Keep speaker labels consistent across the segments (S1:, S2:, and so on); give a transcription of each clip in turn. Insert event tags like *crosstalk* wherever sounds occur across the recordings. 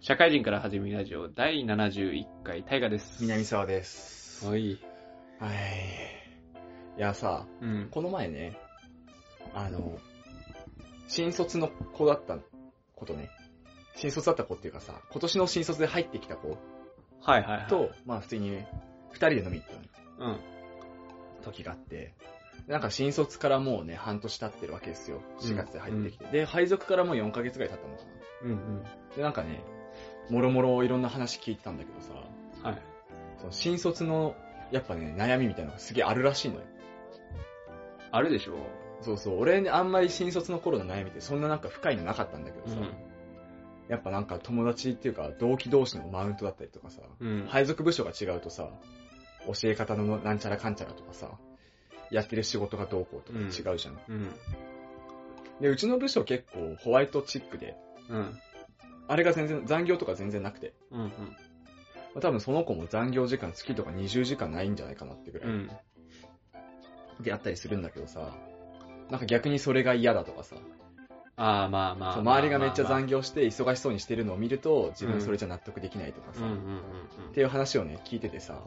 S1: 社会人から始めるラジオ第71回大河です
S2: 南沢です。
S1: はいい
S2: はい。いやさ、
S1: うん
S2: この前ね、あの、新卒の子だったことね。新卒だった子っていうかさ、今年の新卒で入ってきた子
S1: はいはいはい
S2: と、まあ普通に二人で飲み行った
S1: うん
S2: 時があって、なんか新卒からもうね、半年経ってるわけですよ。4月で入ってきて。で、配属からもう4ヶ月ぐらい経ったのかな。
S1: うんうん
S2: で、なんかね、もろもろいろんな話聞いてたんだけどさ、
S1: はい
S2: その新卒の、やっぱね、悩みみたいなのがすげえあるらしいのよ。
S1: あるでしょ
S2: そうそう、俺ね、あんまり新卒の頃の悩みってそんななんか深いのなかったんだけどさ、やっぱなんか友達っていうか同期同士のマウントだったりとかさ、
S1: うん
S2: 配属部署が違うとさ、教え方のなんちゃらかんちゃらとかさ、やってる仕事がどうこうとか違うじゃん。
S1: うん
S2: で、うちの部署結構ホワイトチックで、
S1: うん
S2: あれが全然、残業とか全然なくて、
S1: うんうん
S2: まあ多分その子も残業時間月とか20時間ないんじゃないかなってぐ
S1: う
S2: らい
S1: ん
S2: であったりするんだけどさ、なんか逆にそれが嫌だとかさ、
S1: ああまあまあ
S2: そう周りがめっちゃ
S1: 業
S2: 残業して忙しそうにしてるのを見ると自分それじゃ納得できないとか
S1: う
S2: さ、
S1: んうんうん
S2: っていう話をね聞いててさ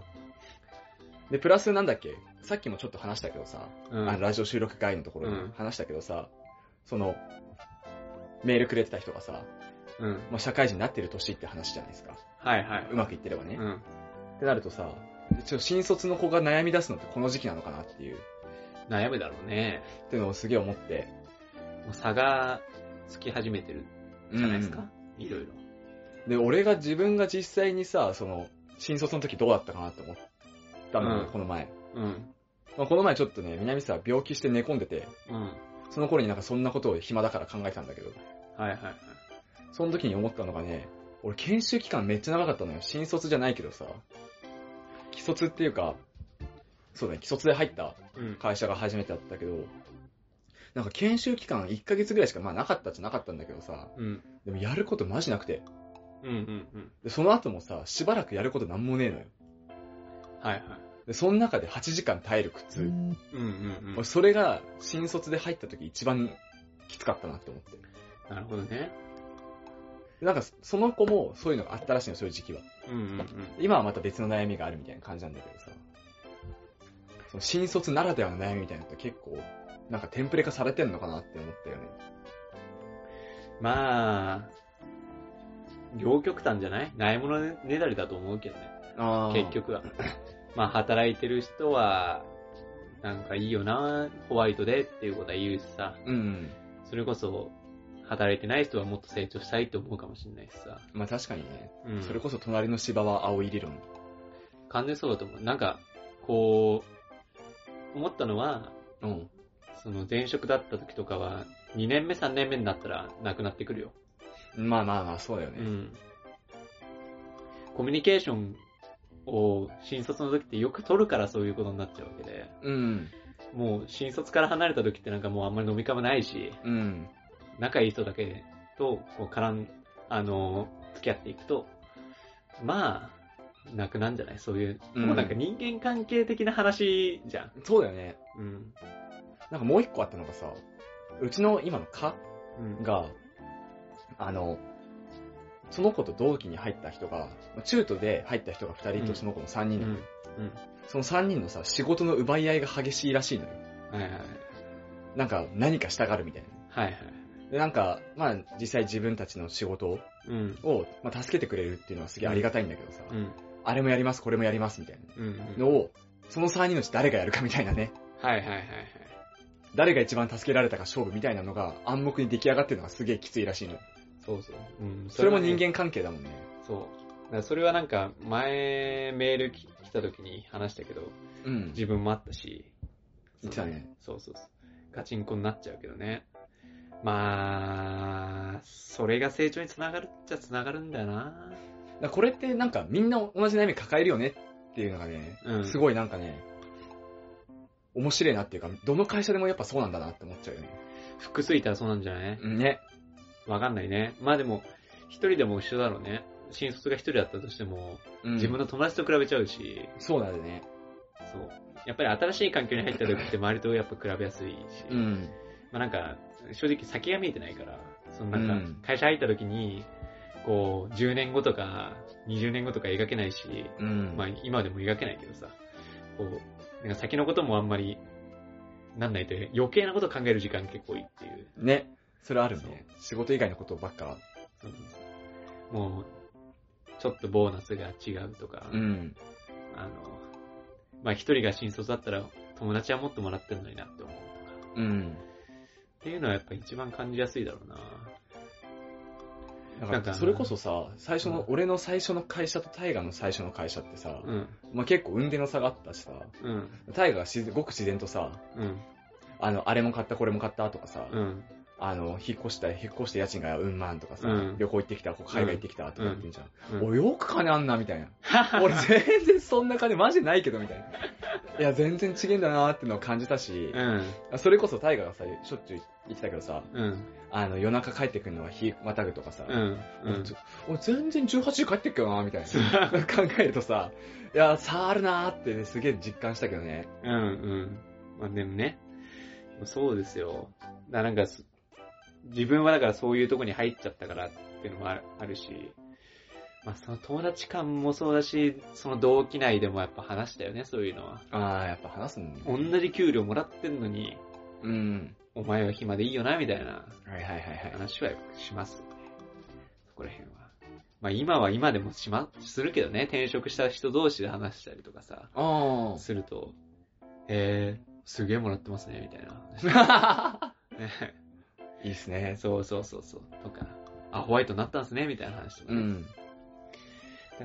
S2: でプラスなんだっけさっきもちょっと話したけどさ、
S1: うんうん
S2: あのラジオ収録外のところで
S1: うん
S2: 話したけどさ、そのメールくれてた人がさ、
S1: うん
S2: まあ、社会人になってる年って話じゃないですか
S1: はいはいう
S2: まくいってればね、
S1: う
S2: っ
S1: ん
S2: てなるとさちょ新卒の子が悩み出すのってこの時期なのかなっていう
S1: 悩むだろうね
S2: っていうのをすげえ思って
S1: もう差がつき始めてるじゃないですかいろいろ
S2: で、俺が自分が実際にさ、その、新卒の時どうだったかなって思ったのよ、
S1: うん
S2: この前。
S1: うん
S2: まあ、この前ちょっとね、南沢病気して寝込んでて、
S1: うん
S2: その頃になんかそんなことを暇だから考えたんだけど、
S1: はいはいはい
S2: その時に思ったのがね、俺研修期間めっちゃ長かったのよ。新卒じゃないけどさ、既卒っていうか、そうだね、既卒で入った
S1: うん
S2: 会社が初めてだったけど、なんか研修期間1ヶ月ぐらいしか、まあなかったっちゃなかったんだけどさ、
S1: うん
S2: でもやることマジなくて、
S1: うんうんうん
S2: で、その後もさ、しばらくやることなんもねえのよ。
S1: はいはい
S2: で、その中で8時間耐える苦痛。
S1: うんうんう
S2: 俺
S1: ん
S2: それが新卒で入った時一番きつかったなって思って。
S1: なるほどね
S2: でなんか、その子もそういうのがあったらしいの、そういう時期は。
S1: うんうんうん
S2: 今はまた別の悩みがあるみたいな感じなんだけどさ。その新卒ならではの悩みみたいなのって結構、なんかテンプレ化されてんのかなって思ったよね。
S1: まあ、両極端じゃないないものねだりだと思うけどね。
S2: あ
S1: 結。局
S2: *laughs*
S1: は。まあ、働いてる人は、なんかいいよな、ホワイトでっていうことは言うしさ、
S2: うん。
S1: それこそ、働いてない人はもっと成長したいと思うかもしれないしさ。
S2: まあ確かにね。
S1: うん。
S2: それこそ隣の芝は青い理論。
S1: 完全にそうだと思う。なんか、こう、思ったのは、
S2: うん。
S1: その前職だった時とかは、2年目、3年目になったらなくなってくるよ。
S2: まあまあまあ、そうだよ
S1: う
S2: ね。
S1: ん。コミュニケーションを新卒の時ってよく取るからそういうことになっちゃうわけで、
S2: うん。
S1: もう新卒から離れた時ってなんかもうあんまり飲み会もないし、
S2: うん。
S1: 仲いい人だけとこう絡ん、あの、付き合っていくと、まあ、なくなんじゃないそういう、
S2: うん
S1: もうなんか人間関係的な話じゃん。
S2: そうだよね。
S1: うん。
S2: なんかもう一個あったのがさ、うちの今の課
S1: うん。
S2: が、あの、その子と同期に入った人が、中途で入った人が2人
S1: う
S2: と
S1: ん
S2: その子の3
S1: う
S2: 人
S1: ん。う
S2: なの、
S1: ん。
S2: その3人のさ、仕事の奪い合いが激しいらしいのよ。
S1: はいはいはい。
S2: なんか、何かしたがるみたいな。
S1: はいはい。
S2: で、なんか、まあ、実際自分たちの仕事
S1: うん。
S2: を、まあ、助けてくれるっていうのはすげえありがたいんだけどさ、
S1: うん。
S2: あれもやります、これもやります、みたい
S1: うん。う
S2: なんのを、その3人のうち誰がやるかみたいなね、
S1: はいはいはいはい。
S2: 誰が一番助けられたか勝負みたいなのが暗黙に出来上がってるのがすげえきついらしいの。
S1: そうそう。うん。
S2: それも
S1: はね
S2: 人間関係だもんね。
S1: そう。だからそれはなんか、前、メールき来た時に話したけど、
S2: うん。
S1: 自分もあったし。
S2: 言ってたね
S1: そうそうそう。ガチンコになっちゃうけどね。まあ、それが成長につながるっちゃつながるんだよな。
S2: だからこれってなんかみんな同じ悩み抱えるよねっていうのがね、
S1: うん。
S2: す
S1: い。
S2: ごいなんかね、面白いなっていうか、どの会社でもやっぱそうなんだなって思っちゃうよね。
S1: 複数いたらそうなんじゃない
S2: ね。
S1: わかんないね。まあでも、一人でも一緒だろうね。新卒が一人だったとしても、
S2: うん
S1: 自分の友達と比べちゃうし、
S2: そうだよね。
S1: そう。やっぱり新しい環境に入った時って周りとやっぱ比べやすいし。
S2: うん。
S1: まあ、なんか、正直先が見えてないから、そのな
S2: うんん
S1: か、会社入った時に、こう、10年後とか、20年後とか描けないし、
S2: うん。
S1: まあ今でも描けないけどさ、こう、なんか先のこともあんまりなんないという余計なこと考える時間結構いいっていう。
S2: ね。それあるね。仕事以外のことばっか。
S1: うんもう、ちょっとボーナスが違うとか、
S2: うん。
S1: あの、まあ一人が新卒だったら友達はもっともらってるのになって思うとか、
S2: うん。
S1: っていうのはやっぱ一番感じやすいだろうな。
S2: なんか、それこそさ、最初の、
S1: う
S2: 俺の最初の会社と大河の最初の会社ってさ、
S1: うん、
S2: まあ結構運転の差があったしさ、
S1: うん、
S2: 大河が自然ごく自然とさ、
S1: うん、
S2: あの、あれも買ったこれも買ったとかさ、
S1: うん、
S2: あの、引っ越した、引っ越して家賃がうんまんとかさ、
S1: うん
S2: 旅行行ってきた、こう海外行ってきたとか言ってんじゃん。
S1: うん。
S2: およく金あんなみたい
S1: *laughs*
S2: な俺全然そんな金マジないけどみたいないや全然違えんだなーってのを感じたし
S1: う、ん、
S2: それこそ大河がさしょっちゅう言ってたけどさ
S1: うん、
S2: あの夜中帰ってくるのは日またぐとかさ、
S1: うん、うん。
S2: 俺全然18時帰ってっけどなーみたいな *laughs* 考えるとさいや差あるなーって、ね、すげえ実感したけどね
S1: うんうん。まあでもね、そうですよ。だなんかす、自分はだからそういうとこに入っちゃったからっていうのもあるあるし、まあその友達感もそうだし、その同期内でもやっぱ話したよね、そういうのは。
S2: あーやっぱ話すん
S1: 同じ給料もらってんのに、
S2: うん
S1: お前は暇でいいよな、みたいな
S2: はいはいはいはい
S1: 話はやっぱします。そこら辺は。まあ今は今でもしま、するけどね、転職した人同士で話したりとかさ、
S2: あ
S1: すると、えー、すげえもらってますね、みたいな。
S2: *laughs* あ
S1: ね
S2: いいっすね
S1: そうそうそうそう。とか、あ、ホワイトになったんすね、みたいな話とか
S2: う
S1: ね、
S2: ん
S1: で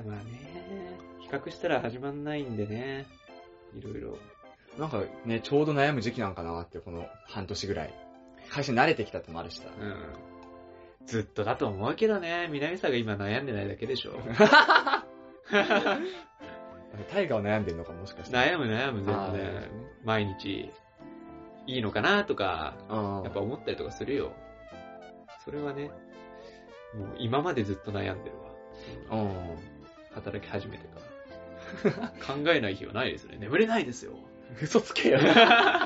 S1: まあね、比較したら始まんないんでね、いろいろ。
S2: なんかね、ちょうど悩む時期なんかなって、この半年ぐらい。会社に慣れてきたってのもあるしさ。
S1: うん。ずっとだと思うけどね、南さんが今悩んでないだけで
S2: *laughs*
S1: しょ。
S2: タイガーは悩んでるのかもしかして。
S1: 悩む悩む
S2: む
S1: 全然。毎日、いいのかなとか、
S2: ああ。
S1: やっぱ思ったりとかするよ。それはね、もう今までずっと悩んでるわ。
S2: うん。
S1: 働き始めて *laughs* から。考えない日はないですね。眠れないですよ。
S2: 嘘つけよ。 *laughs* な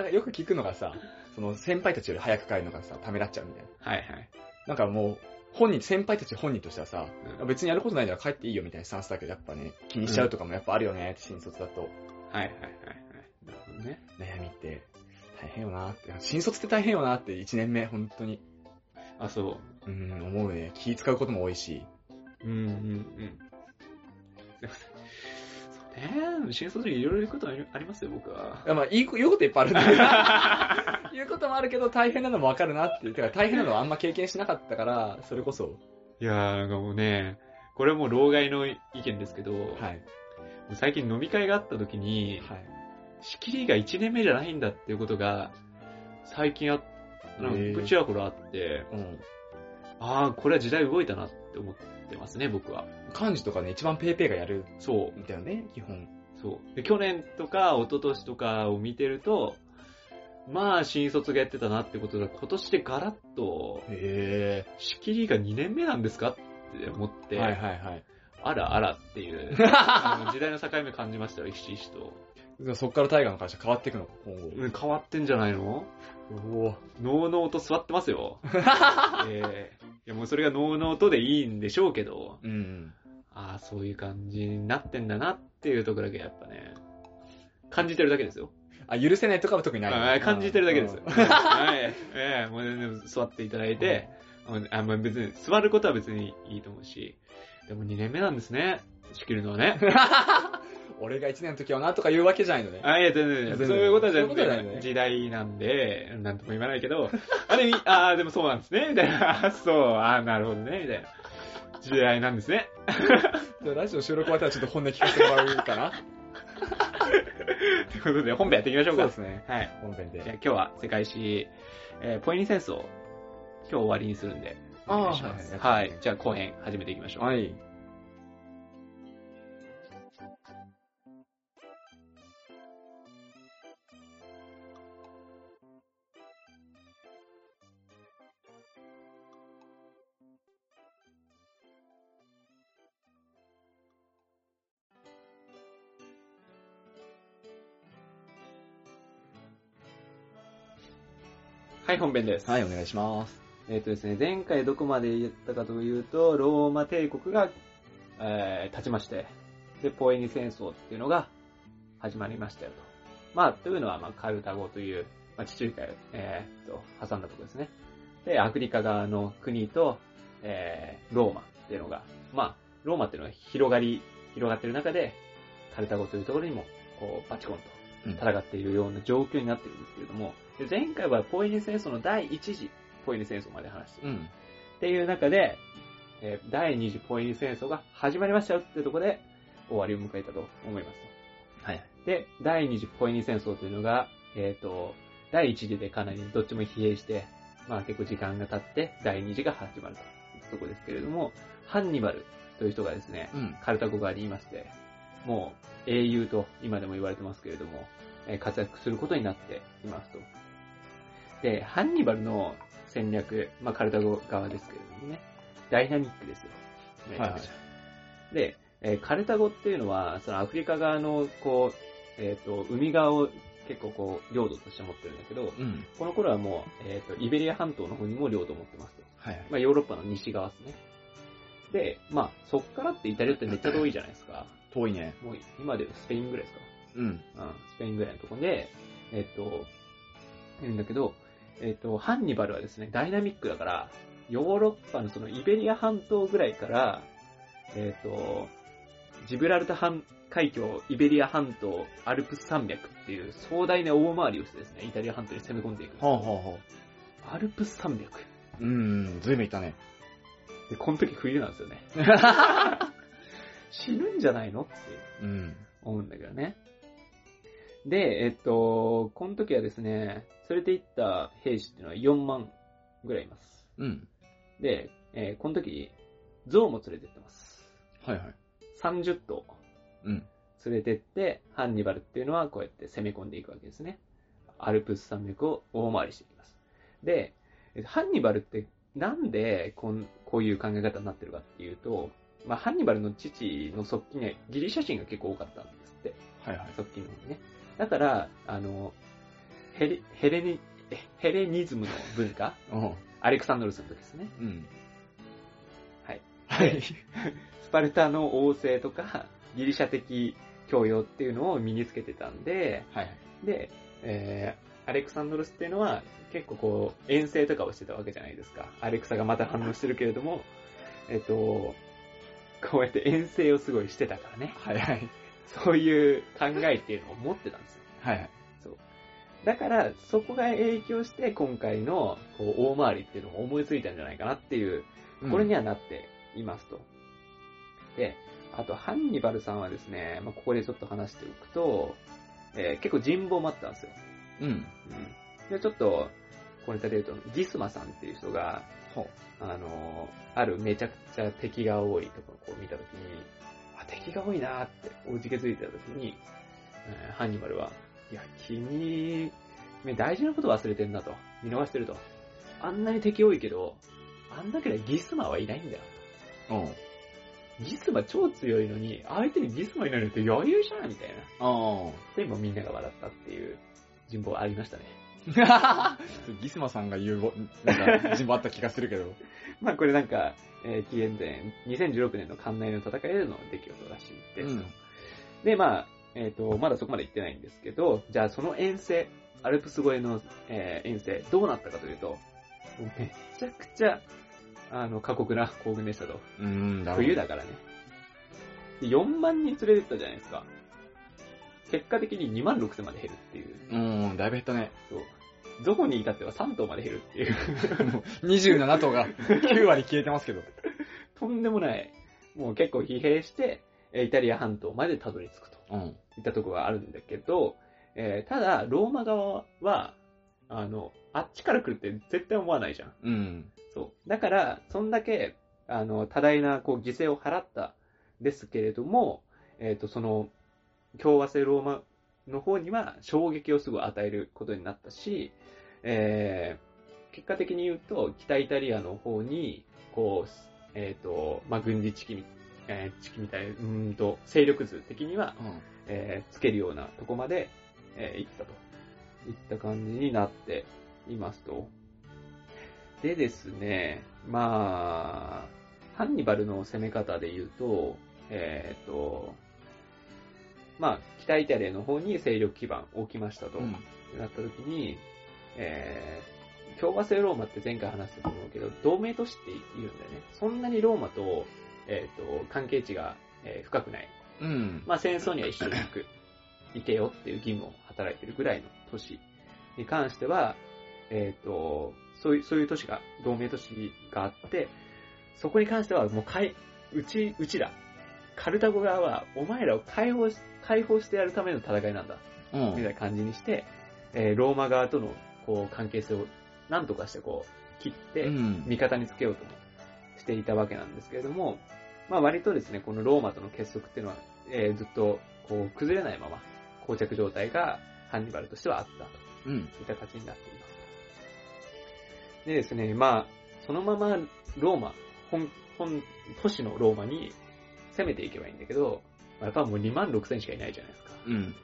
S2: んかよく聞くのがさ、その先輩たちより早く帰るのがさ、ためらっちゃうみたいな。
S1: はいはい。
S2: なんかもう、本人、先輩たち本人としてはさ、
S1: うん
S2: 別にやることないなら帰っていいよみたいなスタンスだけど、やっぱね、気にしちゃうとかもやっぱあるよね、新卒だと。
S1: はいはいはいはい。なるほどね。
S2: 悩みって、大変よなって。新卒って大変よなって、1年目、本当に。
S1: あ、そ
S2: うん、思うね。気使うことも多いし。
S1: う。うんうんうん。すいません。そうね新卒いろいろ言うことありありますよ、僕は。
S2: まあ、いいこ、言うこといっぱいあるんだけ *laughs* ど言うこともあるけど、大変なのもわかるなっていう。だから大変なのはあんま経験しなかったから、それこそ。
S1: いやー、なんかもうね、これはもう老害の意見ですけど、
S2: はい。
S1: もう最近飲み会があった時に、
S2: はい。
S1: 仕切りが1年目じゃないんだっていうことが、最近あなんかちらほらあって、
S2: うん。
S1: あー、これは時代動いたなって思ってますね、僕は。
S2: 漢字とかね、一番ペーペーがやる
S1: そう。
S2: みたいなね、基本。
S1: そう。で、去年とか、一昨年とかを見てると、まあ、新卒がやってたなってことで、今年でガラッと、
S2: へ
S1: 仕切りが2年目なんですかって思って、
S2: はいはいはい。
S1: あらあらって
S2: *laughs*
S1: いう、あの時代の境目感じましたよ、ひしひしと。
S2: じゃあそっから大河の会社変わっていくのか、今後。
S1: うん変わってんじゃないの
S2: おぉ。
S1: ノーノーと座ってます
S2: *laughs*
S1: よ。ええいや、もうそれがノーノーとでいいんでしょうけど、
S2: うん。
S1: ああ、そういう感じになってんだなっていうところだけやっぱね、感じてるだけですよ。
S2: あ、許せないとかは特にない。
S1: はい感じてるだけです。
S2: うん
S1: はい。ええもう全然座っていただいて、あまあ、別に、座ることは別にいいと思うし、でも2年目なんですね、仕切るのは
S2: *laughs*
S1: ね。
S2: 俺が1年の時はなとか言うわけじゃないのね。
S1: あ、いや、全然、
S2: 全
S1: そ
S2: 然
S1: ういうことは
S2: そういう
S1: 全
S2: ことじゃない
S1: 然、
S2: ね
S1: 時代なんで、なんとも言わないけど、あ、でも、あ、でもそうなんですね、みたいな。あ *laughs* そう、あ、なるほどね、みたいな。時代なんですね。
S2: じゃあラジオ収録終わったらちょっと本音聞かせてもらうかな。
S1: ということで、本編やっていきましょう
S2: そ
S1: か
S2: うで。すね。
S1: はい。
S2: 本編
S1: じゃあ
S2: で。
S1: 今日は世界史、えーポエニセンスを今日終わりにするんで、
S2: あー
S1: お願いします。
S2: はい
S1: はい。じゃあ後編始めていきましょう。
S2: はい。
S1: はい、本編です。
S2: はい、お願いします。
S1: えっ、とですね、前回どこまで言ったかというと、ローマ帝国が、えー、立ちまして、で、ポエニ戦争っていうのが始まりましたよと。まあ、というのは、まあ、カルタゴという、まあ、地中海を、えー、と、挟んだところですね。で、アフリカ側の国と、えー、ローマっていうのが、まあ、ローマっていうのが広がり、広がってる中で、カルタゴというところにも、こう、バチコンと
S2: うん
S1: 戦っているような状況になってるんですけれども、で前回はポエニ戦争の第1次ポエニ戦争まで話してる、
S2: うん。
S1: っていう中で、えー第2次ポエニ戦争が始まりましたよってところで終わりを迎えたと思います。
S2: はい。
S1: で、第2次ポエニ戦争というのが、えっ、と、第1次でかなりどっちも疲弊して、まあ結構時間が経って第2次が始まるというところですけれども、ハンニバルという人がですね、
S2: うん。
S1: カルタゴ側にいまして、もう英雄と今でも言われてますけれども、えー活躍することになっていますと。で、ハンニバルの戦略、まあカルタゴ側ですけれどもね、ダイナミックですよ。めちゃくちゃ。で、えーカルタゴっていうのは、そのアフリカ側の、こう、えっ、と、海側を結構こう、領土として持ってるんだけど、
S2: うん。
S1: この頃はもう、えっ、と、イベリア半島の方にも領土を持ってますと。
S2: はいはい。
S1: まあ、ヨーロッパの西側ですね。で、まあ、そっからってイタリアってめっちゃ遠いじゃないですか。
S2: 遠いね。
S1: もう今でスペインぐらいですか。
S2: うん。
S1: うん、スペインぐらいのとこで、えっと、いるんだけど、えっと、ハンニバルはですね、ダイナミックだから、ヨーロッパのそのイベリア半島ぐらいから、えっと、ジブラルタ半海峡、イベリア半島、アルプス山脈っていう壮大な大回りをしてですね、イタリア半島に攻め込んでいくんです
S2: ほう
S1: よ。
S2: ほうほ
S1: アルプス山脈。
S2: う。うん。ずいぶんいったね。
S1: で、この時冬なんですよね。死ぬんじゃないのって
S2: うん。
S1: 思うんだけどね。で、えっと、この時はですね、連れて行った兵士っていうのは4万ぐらいいます。
S2: うん。
S1: で、えーこの時、象も連れてってます。
S2: はいはい。
S1: 30頭
S2: うん。
S1: 連れてって、ハンニバルっていうのはこうやって攻め込んでいくわけですね。アルプス山脈を大回りしていきます。で、えっとハンニバルってなんでこんこういう考え方になってるかっていうと、まあ、ハンニバルの父の側近にはギリシャ人が結構多かったんですって。
S2: はいはい。
S1: 側近の方にね。だから、あの、ヘレヘレニ、ヘレニズムの文化
S2: うん。
S1: アレクサンドルスの時ですね。
S2: うん。
S1: はい。
S2: はい。
S1: スパルタの王政とか、ギリシャ的教養っていうのを身につけてたんで、
S2: はいはい。
S1: で、えーアレクサンドロスっていうのは結構こう、遠征とかをしてたわけじゃないですか。アレクサがまた反応してるけれども、えっと、こうやって遠征をすごいしてたからね。
S2: はいはい。
S1: そういう考えっていうのを持ってたんですよ。
S2: はいはい。
S1: だから、そこが影響して今回のこう大回りっていうのを思いついたんじゃないかなっていうこれに
S2: は、
S1: はなっていますと。で、あと、ハンニバルさんはですね、まあ、ここでちょっと話しておくと、えー結構人望もあったんですよ。
S2: うん。
S1: うん。で、ちょっと、これ例えると、ギスマさんっていう人が、
S2: ほう。
S1: あのーあるめちゃくちゃ敵が多いところをこう見たときに、あ、敵が多いなーっておじけづいてたときに、えーハンニバルは、いや、君、君大事なこと忘れてんなと。見逃してると。あんなに敵多いけど、あんだけでギスマはいないんだよ。
S2: うん。
S1: ギスマ超強いのに、相手にギスマになるって余裕じゃんみたいな。
S2: あ
S1: で、もうみんなが笑ったっていう人望ありましたね。
S2: あ。 *laughs* ギスマさんが言うご、なんか、人望あった気がするけ *laughs* ど。
S1: まあこれなんか、えー紀元前、2016年の館内の戦いでの出来事らしいです。
S2: うん
S1: で、まあ、えっ、と、まだそこまで行ってないんですけど、じゃあその遠征、アルプス越えの、えー遠征、どうなったかというと、もうめちゃくちゃ、あの、過酷な行軍でしたと。
S2: うん、だろう
S1: 冬。だからね。で4万人連れてったじゃないですか。結果的に2万6千まで減るっていう。
S2: うん、だいぶ減ったね。
S1: そう。どこに至っては3頭まで減るっていう。
S2: 27頭が9割消えてますけど。
S1: とんでもない、もう結構疲弊して、えーイタリア半島までたどり着くと
S2: うん。
S1: いったところがあるんだけど、えーただ、ローマ側は、あの、あっちから来るって絶対思わないじゃん。
S2: うん。
S1: そう。だから、そんだけ、あの、多大な、こう、犠牲を払った、ですけれども、えっ、と、その、共和制ローマの方には衝撃をすごい与えることになったし、えー結果的に言うと、北イタリアの方に、こう、えっ、と、まあ、軍事地域み、えー地域みたい、うーんと、勢力図的には、
S2: うん。
S1: えーつけるようなとこまで、えー行ったと。いった感じになっていますと。でですね、まあ、ハンニバルの攻め方で言うと、えっ、と、まあ、北イタリアの方に勢力基盤を置きましたと、
S2: うん
S1: なった時に、えー、共和制ローマって前回話したと思うけど、同盟都市っていうんだよね。そんなにローマと、えっ、と、関係値が、えー深くない。
S2: うん。
S1: まあ戦争には一緒に行く、いてよっていう義務を働いてるぐらいの都市に関しては、えっ、と、そういう、そういう都市が、同盟都市があって、そこに関してはもうかい、うち、うちだ。カルタゴ側は、お前らを解放し、解放してやるための戦いなんだ。
S2: うん。
S1: みたいな感じにして、えーローマ側との、こう、関係性を、なんとかしてこう、切って、
S2: うん
S1: 味方につけようともしていたわけなんですけれども、まあ割とですね、このローマとの結束っていうのは、えーずっとこう崩れないまま、膠着状態がハンニバルとしてはあったと
S2: うん。
S1: いった形になっています。でですね、まあ、そのままローマ、本、本、都市のローマに攻めていけばいいんだけど、まあやっぱもう2万6千しかいないじゃないですか。
S2: うん。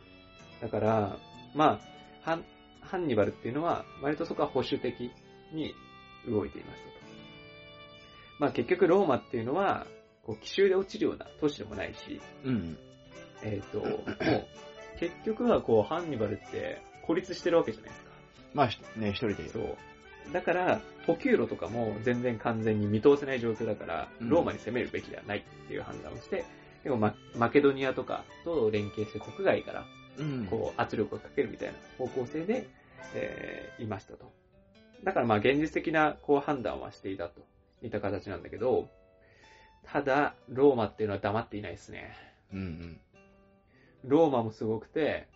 S1: だから、まあ、ハンハンニバルっていうのは、割とそこは保守的に動いていましたと。まあ結局ローマっていうのは、こう奇襲で落ちるような都市でもないし、
S2: うん。
S1: えっ、と、もう、結局はこう、ハンニバルって孤立してるわけじゃないですか。
S2: まあ、ひね、一人で。
S1: そう。だから、補給路とかも全然完全に見通せない状況だから、
S2: うん
S1: ローマに攻めるべきではないっていう判断をして、でもママケドニアとかと連携して国外から
S2: うん。
S1: こう圧力をかけるみたいな方向性で、えーいましたと。だからまあ現実的なこう判断はしていたといった形なんだけど、ただ、ローマっていうのは黙っていないですね。
S2: う。うん。
S1: ローマもすごくて、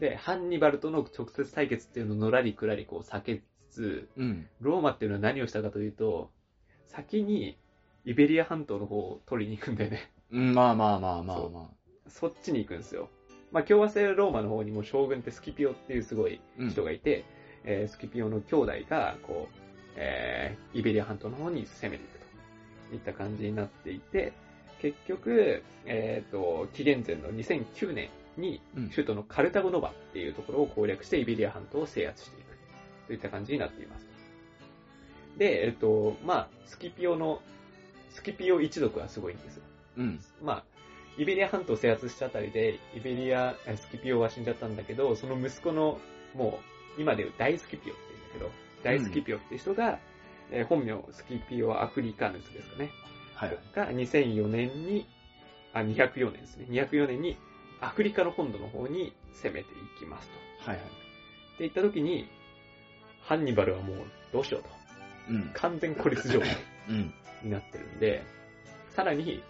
S1: で、ハンニバルとの直接対決っていうのをのらりくらりこう避けつつ、
S2: うん。
S1: ローマっていうのは何をしたかというと、先にイベリア半島の方を取りに行くんだよね。
S2: うん。まあまあまあまあ
S1: そう
S2: まあ。
S1: そっちに行くんですよ。まあ共和制ローマの方にも将軍ってスキピオっていうすごい
S2: うん。
S1: 人がいて、えースキピオの兄弟が、こう、えーイベリア半島の方に攻めていくといった感じになっていて、結局、えっ、と、紀元前の2009年に、
S2: うん。
S1: 首都のカルタゴノバっていうところを攻略してイベリア半島を制圧していくといった感じになっています。で、えっ、と、まあ、スキピオの、スキピオ一族はすごいんですよ。
S2: うん。
S1: まあ、イベリア半島を制圧したあたりで、イベリア、えスキピオは死んじゃったんだけど、その息子の、もう、今でいう大スキピオって言うんだけど、大スキピオって人が、えー本名、スキピオアフリカヌスですかね。
S2: はいはい。
S1: が、2004年に、あ、204年ですね。204年に、アフリカの本土の方に攻めていきますと。
S2: はいはい。
S1: って言った時に、ハンニバルはもう、どうしようと。
S2: うん。
S1: 完全孤立状態。
S2: うん。
S1: になってるんで、さらに、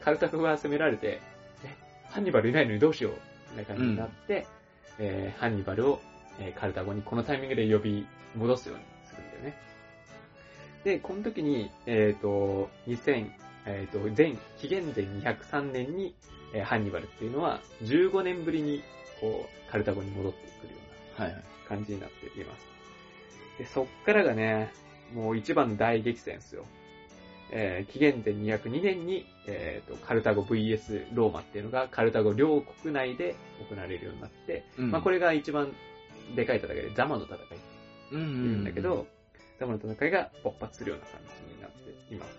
S1: カルタゴが攻められて、え、ハンニバルいないのにどうしようみたいな感じになって、えーハンニバルを、えーカルタゴにこのタイミングで呼び戻すようにするんだよね。で、この時に、えっ、と、2000、えっ、と、前、紀元前203年に、えーハンニバルっていうのは、15年ぶりに、こう、カルタゴに戻ってくるような
S2: はいはい。
S1: 感じになっています。で、そっからがね、もう一番の大激戦ですよ。えー紀元前202年に、えーと、カルタゴ VS ローマっていうのが、カルタゴ両国内で行われるようになって、
S2: うん。
S1: まあこ
S2: れ、
S1: れが一番でかい戦いで、ザマの戦いってい
S2: う
S1: うん
S2: ん
S1: だけど、、ザマの戦いが勃発するような感じになっています。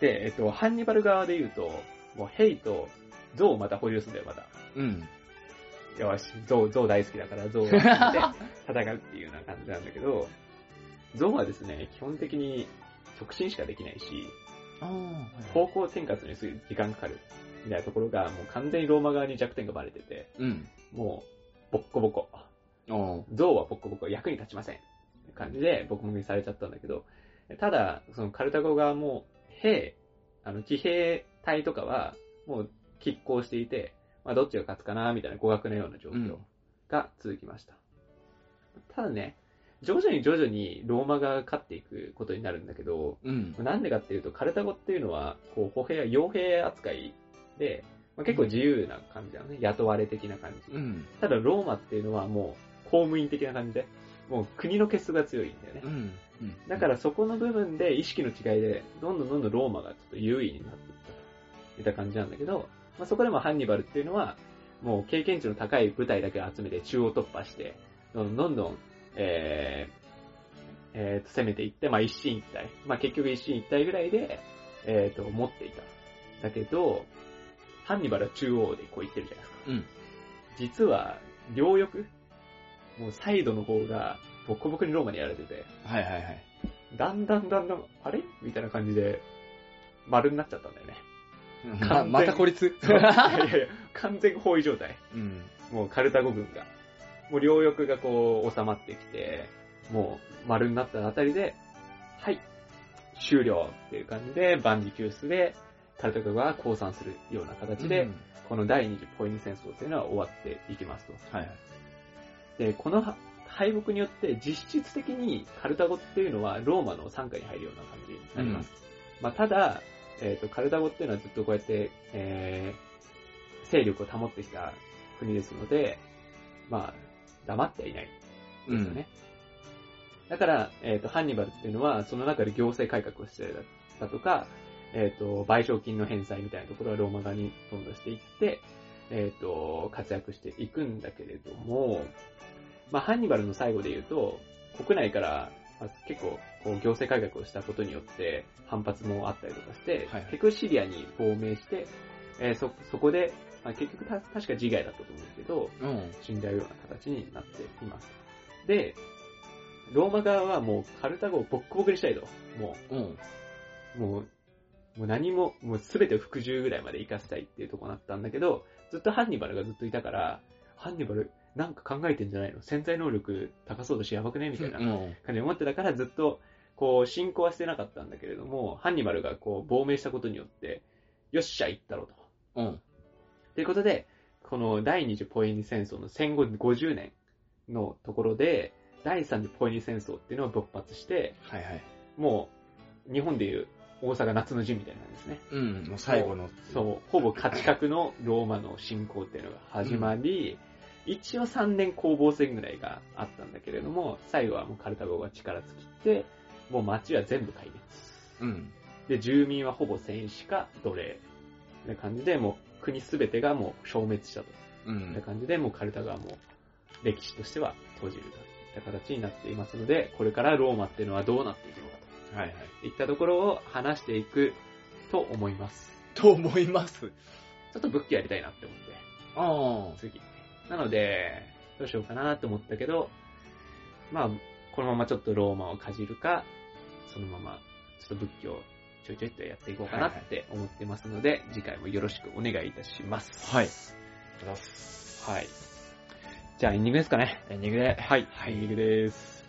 S1: で、えっ、と、ハンニバル側で言うと、もうヘイとゾウをまた保有するんだよ、また。
S2: うん。
S1: よし、ゾウ、ゾウ大好きだから、ゾウを集めて戦うっていうような感じなんだけど、ゾウはですね、基本的に直進しかできないし、
S2: ああ、
S1: 方向転換するにすぐ時間かかるみたいなところが、もう完全にローマ側に弱点がバレてて、
S2: うん。
S1: もう、ボッコボコ。
S2: お
S1: ゾウはボッコボコ、役に立ちません。って感じで、ボコボコにされちゃったんだけど、ただ、そのカルタゴ側も、兵、あの、騎兵隊とかは、もう、拮抗していて、まあ、どっちが勝つかな、みたいな互角のような状
S2: うん
S1: 況が続きました。ただね、徐々に徐々にローマ側が勝っていくことになるんだけど、
S2: うん。
S1: なんでかっていうと、カルタゴっていうのは、こう、歩兵、傭兵扱いで、まあ、結構自由な感じなのね、雇われ的な感じ。
S2: うん。
S1: ただローマっていうのはもう公務員的な感じで、もう国の結束が強いんだよね
S2: う。ん。、
S1: だかららそこの部分で意識の違いで、どんどんどんどんローマがちょっと優位になっていったといった感じなんだけど、まあ、そこでもハンニバルっていうのは、もう経験値の高い部隊だけを集めて中央突破して、どんどんどんどん、えーえーと、攻めていって、まあ一進一退。まあ結局一進一退ぐらいで、えーと、持っていた。だけど、ハンニバルは中央でこう行ってるじゃないですか。
S2: うん。
S1: 実は、両翼もうサイドの方が、ボコボコにローマにやられてて、
S2: はいはいはい。
S1: だんだんだんだん、あれみたいな感じで、丸になっちゃったんだよね。
S2: *laughs* ままた孤立
S1: いやいや、完全包囲状態。
S2: うん。
S1: もうカルタゴ軍が。もう両翼がこう収まってきて、もう丸になったあたりで、はい、終了っていう感じで、バンジキュースで、カルタゴが降参するような形で、
S2: うん
S1: この第二次ポエニ戦争っていうのは終わっていきますと。
S2: はいはい。
S1: で、このは敗北によって実質的にカルタゴっていうのはローマの傘下に入るような感じになります。まあ、ただ、えっ、と、カルタゴっていうのはずっとこうやって、えー、勢力を保ってきた国ですので、まあ、黙ってはいないんですよね。だから、えっ、と、ハンニバルっていうのは、その中で行政改革をしてだとか、えっ、と、賠償金の返済みたいなところはローマ側にどんどんしていって、えっ、と、活躍していくんだけれども、まあ、ハンニバルの最後で言うと、国内から、まあ結構、こう、行政改革をしたことによって、反発もあったりとかして、
S2: はいはい
S1: 結局シリアに亡命して、えーそ、そこで、まあ、結局た、確か自害だったと思うんですけど、
S2: うん。
S1: 死んじゃうような形になっています。で、ローマ側はもうカルタゴをボッコボコにしたいと。も
S2: うん。
S1: う、もう、もう何も、もう全てを服従ぐらいまで生かしたいっていうところだったんだけど、ずっとハンニバルがずっといたから、ハンニバルなんか考えてんじゃないの潜在能力高そうだしやばくねみたいな
S2: う
S1: 感
S2: ん。
S1: じで思ってたからずっと、こう、進行はしてなかったんだけれども、ハンニバルがこう、亡命したことによって、よっしゃ、行ったろうと。
S2: うん。
S1: ということで、この第二次ポエニ戦争の戦後50年のところで、第三次ポエニ戦争っていうのが勃発して、
S2: はいはい。
S1: もう日本でいう大阪夏の陣みたいなんですね。
S2: うん。もう最後の。
S1: そう、ほぼ価値格のローマの侵攻っていうのが始まり、一応3年攻防戦ぐらいがあったんだけれども、最後はもうカルタゴが力尽きて、もう街は全部壊滅。
S2: うん。
S1: で、住民はほぼ戦死か奴隷。な感じで、もう国すべてがもう消滅したと。
S2: う。
S1: みたいなん感じで、もうカルタゴはもう歴史としては閉じるといった形になっていますので、これからローマっていうのはどうなっていくのか
S2: はいはい。
S1: といったところを話していくと思います。
S2: と思います。
S1: ちょっと仏教やりたいなって思って、
S2: あ
S1: 次。なので、どうしようかなと思ったけど、まあ、このままちょっとローマをかじるか、そのままちょっと仏教をちょいちょいとやっていこうかなって思ってますので、次回もよろしくお願いいたします。
S2: あ。はい。ありがとうございます。
S1: はい。じゃあエンディングですかね。
S2: エンディングで。
S1: はい、はい、リグです。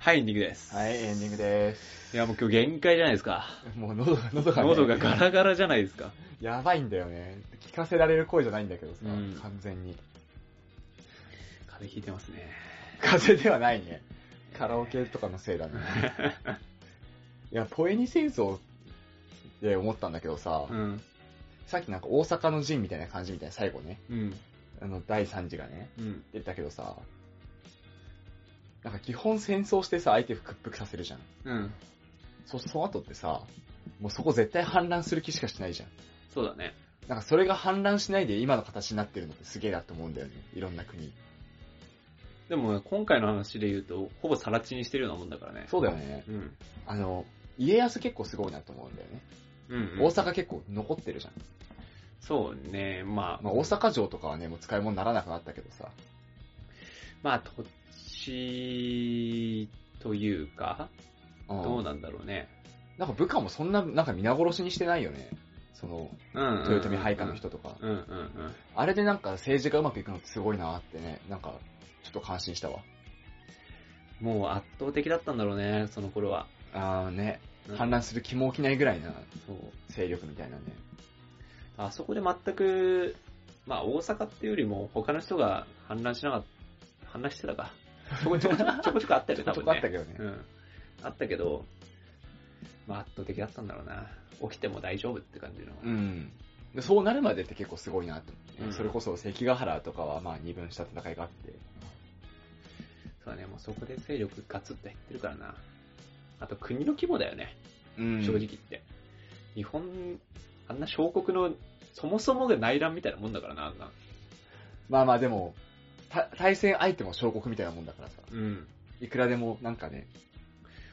S1: はい、リグです。
S2: はい、エンディングで
S1: い
S2: す。
S1: や、もう今日限界じゃないですか。
S2: もう喉
S1: *laughs*
S2: が、喉がね、
S1: 喉がガラガラじゃないですか。
S2: やばいんだよね。聞かせられる声じゃないんだけどさ、
S1: うん
S2: 完全に。
S1: 風邪ひいてますね。
S2: 風邪ではないね。カラオケとかのせい
S1: *laughs*
S2: だね。いや、ポエニ戦争で思ったんだけどさ、
S1: うん、
S2: さっきなんか大阪の陣みたいな感じみたいな最後ね。
S1: うん、
S2: あの、第3次がね、
S1: うん。
S2: 出たけどさ、なんか基本戦争してさ、相手を屈服させるじゃん。
S1: うん。
S2: そ、その後ってさ、もうそこ絶対反乱する気しかしないじゃん。
S1: そうだね。
S2: なんかそれが反乱しないで今の形になってるのってすげえなって思うんだよね。いろんな国。
S1: でも、今回の話で言うと、ほぼさらちにしてるようなもんだからね。
S2: そうだよね。
S1: う。うん。
S2: あの、家康結構すごいなと思うんだよね。
S1: うん、
S2: 大阪結構残ってるじゃん。
S1: そうね、まあ、
S2: まあ大阪城とかはね、もう使い物にならなくなったけどさ。
S1: まあ、土地というか、
S2: うん
S1: どうなんだろうね。
S2: なんか部下もそんな、なんか皆殺しにしてないよね。その、
S1: うん、うん。
S2: 豊臣配下の。人とか。
S1: うん、うん、うん。
S2: あれでなんか政治がうまくいくのってすごいなってね、なんか、ちょっと感心したわ。
S1: もう圧倒的だったんだろうね、その頃は。
S2: あーね、
S1: うん
S2: 反乱する気も起きないぐらいな
S1: そう。
S2: 勢力みたいなね。
S1: あそこで全く、まあ大阪っていうよりも他の人が反乱しなかった、反乱して *laughs* たか。そこちょこちょこちょこちょこあったよ
S2: ちょ
S1: ね、
S2: こ
S1: 多
S2: ちょ
S1: 分
S2: こあ
S1: ね。
S2: ったけどね
S1: う。ん。あったけど、まあ圧倒的だったんだろうな。起きても大丈夫って感じの。
S2: うん。でそうなるまでって結構すごいなと思ってね、
S1: うん
S2: それこそ関ヶ原とかはまあ二分した戦いがあって、
S1: そうだね、もうそこで勢力ガツッと減ってるからな。あと国の規模だよね、
S2: うん
S1: 正直言って。日本、あんな小国の、そもそもが内乱みたいなもんだからな、あんな。
S2: まあまあでも、た対戦相手も小国みたいなもんだからさ、
S1: うん。
S2: いくらでもなんかね、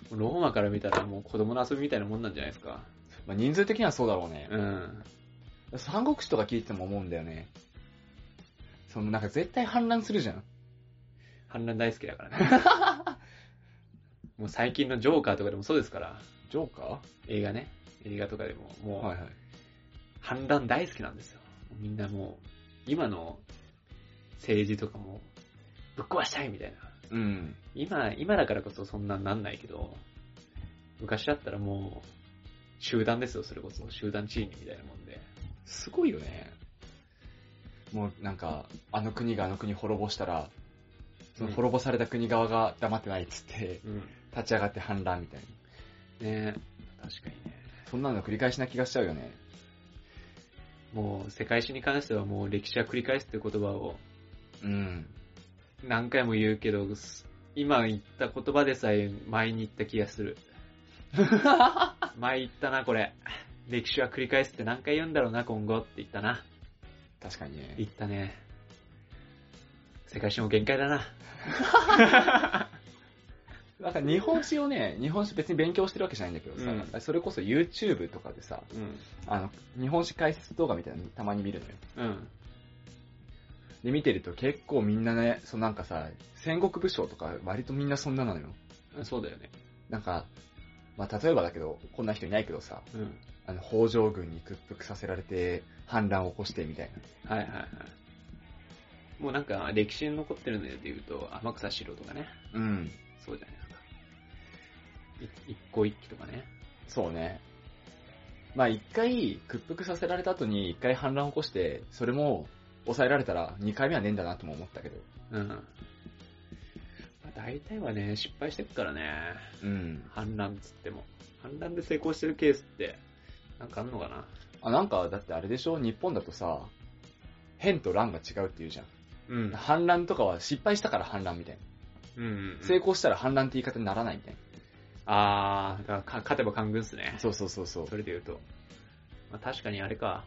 S1: ローマから見たらもう子供の遊びみたいなもんなんじゃないですか。
S2: まあ、人数的にはそうだろうね。
S1: うん。
S2: 三国志とか聞いてても思うんだよね。そのなんか絶対反乱するじゃん。
S1: 反乱大好きだから *laughs* ね。もう最近のジョーカーとかでもそうですから。
S2: ジョーカ
S1: 映画ね。映画とかでも、
S2: ー
S1: も
S2: は
S1: う
S2: いはい。
S1: 反乱大好きなんですよ。みんなもう、今の政治とかも、ぶっ壊したいみたいな。
S2: うん。
S1: 今、今だからこそそんなんなんないけど、昔だったらもう、集団ですよ、それこそ。集団地位みたいなもんで。
S2: すごいよね。もうなんか、あの国があの国滅ぼしたら、その滅ぼされた国側が黙ってないっつって、
S1: うん。
S2: 立ち上がって反乱みたいな。
S1: ね確かにね。
S2: そんなの繰り返しな気がしちゃうよね。
S1: もう、世界史に関してはもう歴史は繰り返すという言葉を
S2: うん。
S1: 何回も言うけど、す今言った言葉でさえ前に言った気がす *laughs* る。前言ったな、これ。歴史は繰り返すって何回言うんだろうな、今後って言ったな。
S2: 確かにね。
S1: 言ったね。世界史も限界だな。
S2: なんか日本史をね、日本史別に勉強してるわけじゃないんだけどさ、
S1: う
S2: それこそ YouTube とかでさ、
S1: うん。
S2: あの、日本史解説動画みたいなのたまに見るのよ。
S1: うん。
S2: で、見てると結構みんなね、そうなんかさ、戦国武将とか割とみんなそんななのよ。
S1: そうだよね。
S2: なんか、まあ例えばだけど、こんな人いないけどさ、
S1: うん。
S2: あの、北条軍に屈服させられて、反乱を起こしてみたいな。
S1: はいはいはい。もうなんか歴史に残ってるので言うと、天草四郎とかね。
S2: うん。
S1: そうじゃないですか。い一向一揆とかね。
S2: そうね。まあ一回屈服させられた後に一回反乱を起こして、それも抑えられたら二回目はねえんだなとも思ったけど。
S1: うん。まあ、大体はね、失敗してくからね。
S2: うん。
S1: 反乱っつっても。反乱で成功してるケースって、なんかあんのかな
S2: あ、なんかだってあれでしょ日本だとさ、変と乱が違うって言うじゃん。
S1: うん
S2: 反乱とかは失敗したから反乱みたいな。
S1: うん。
S2: 成功したら反乱って言い方にならないみたい
S1: あー、だからか勝てば官軍っすね
S2: な。。そうそうそうそう
S1: そ。れで言うと。まあ、確かにあれか。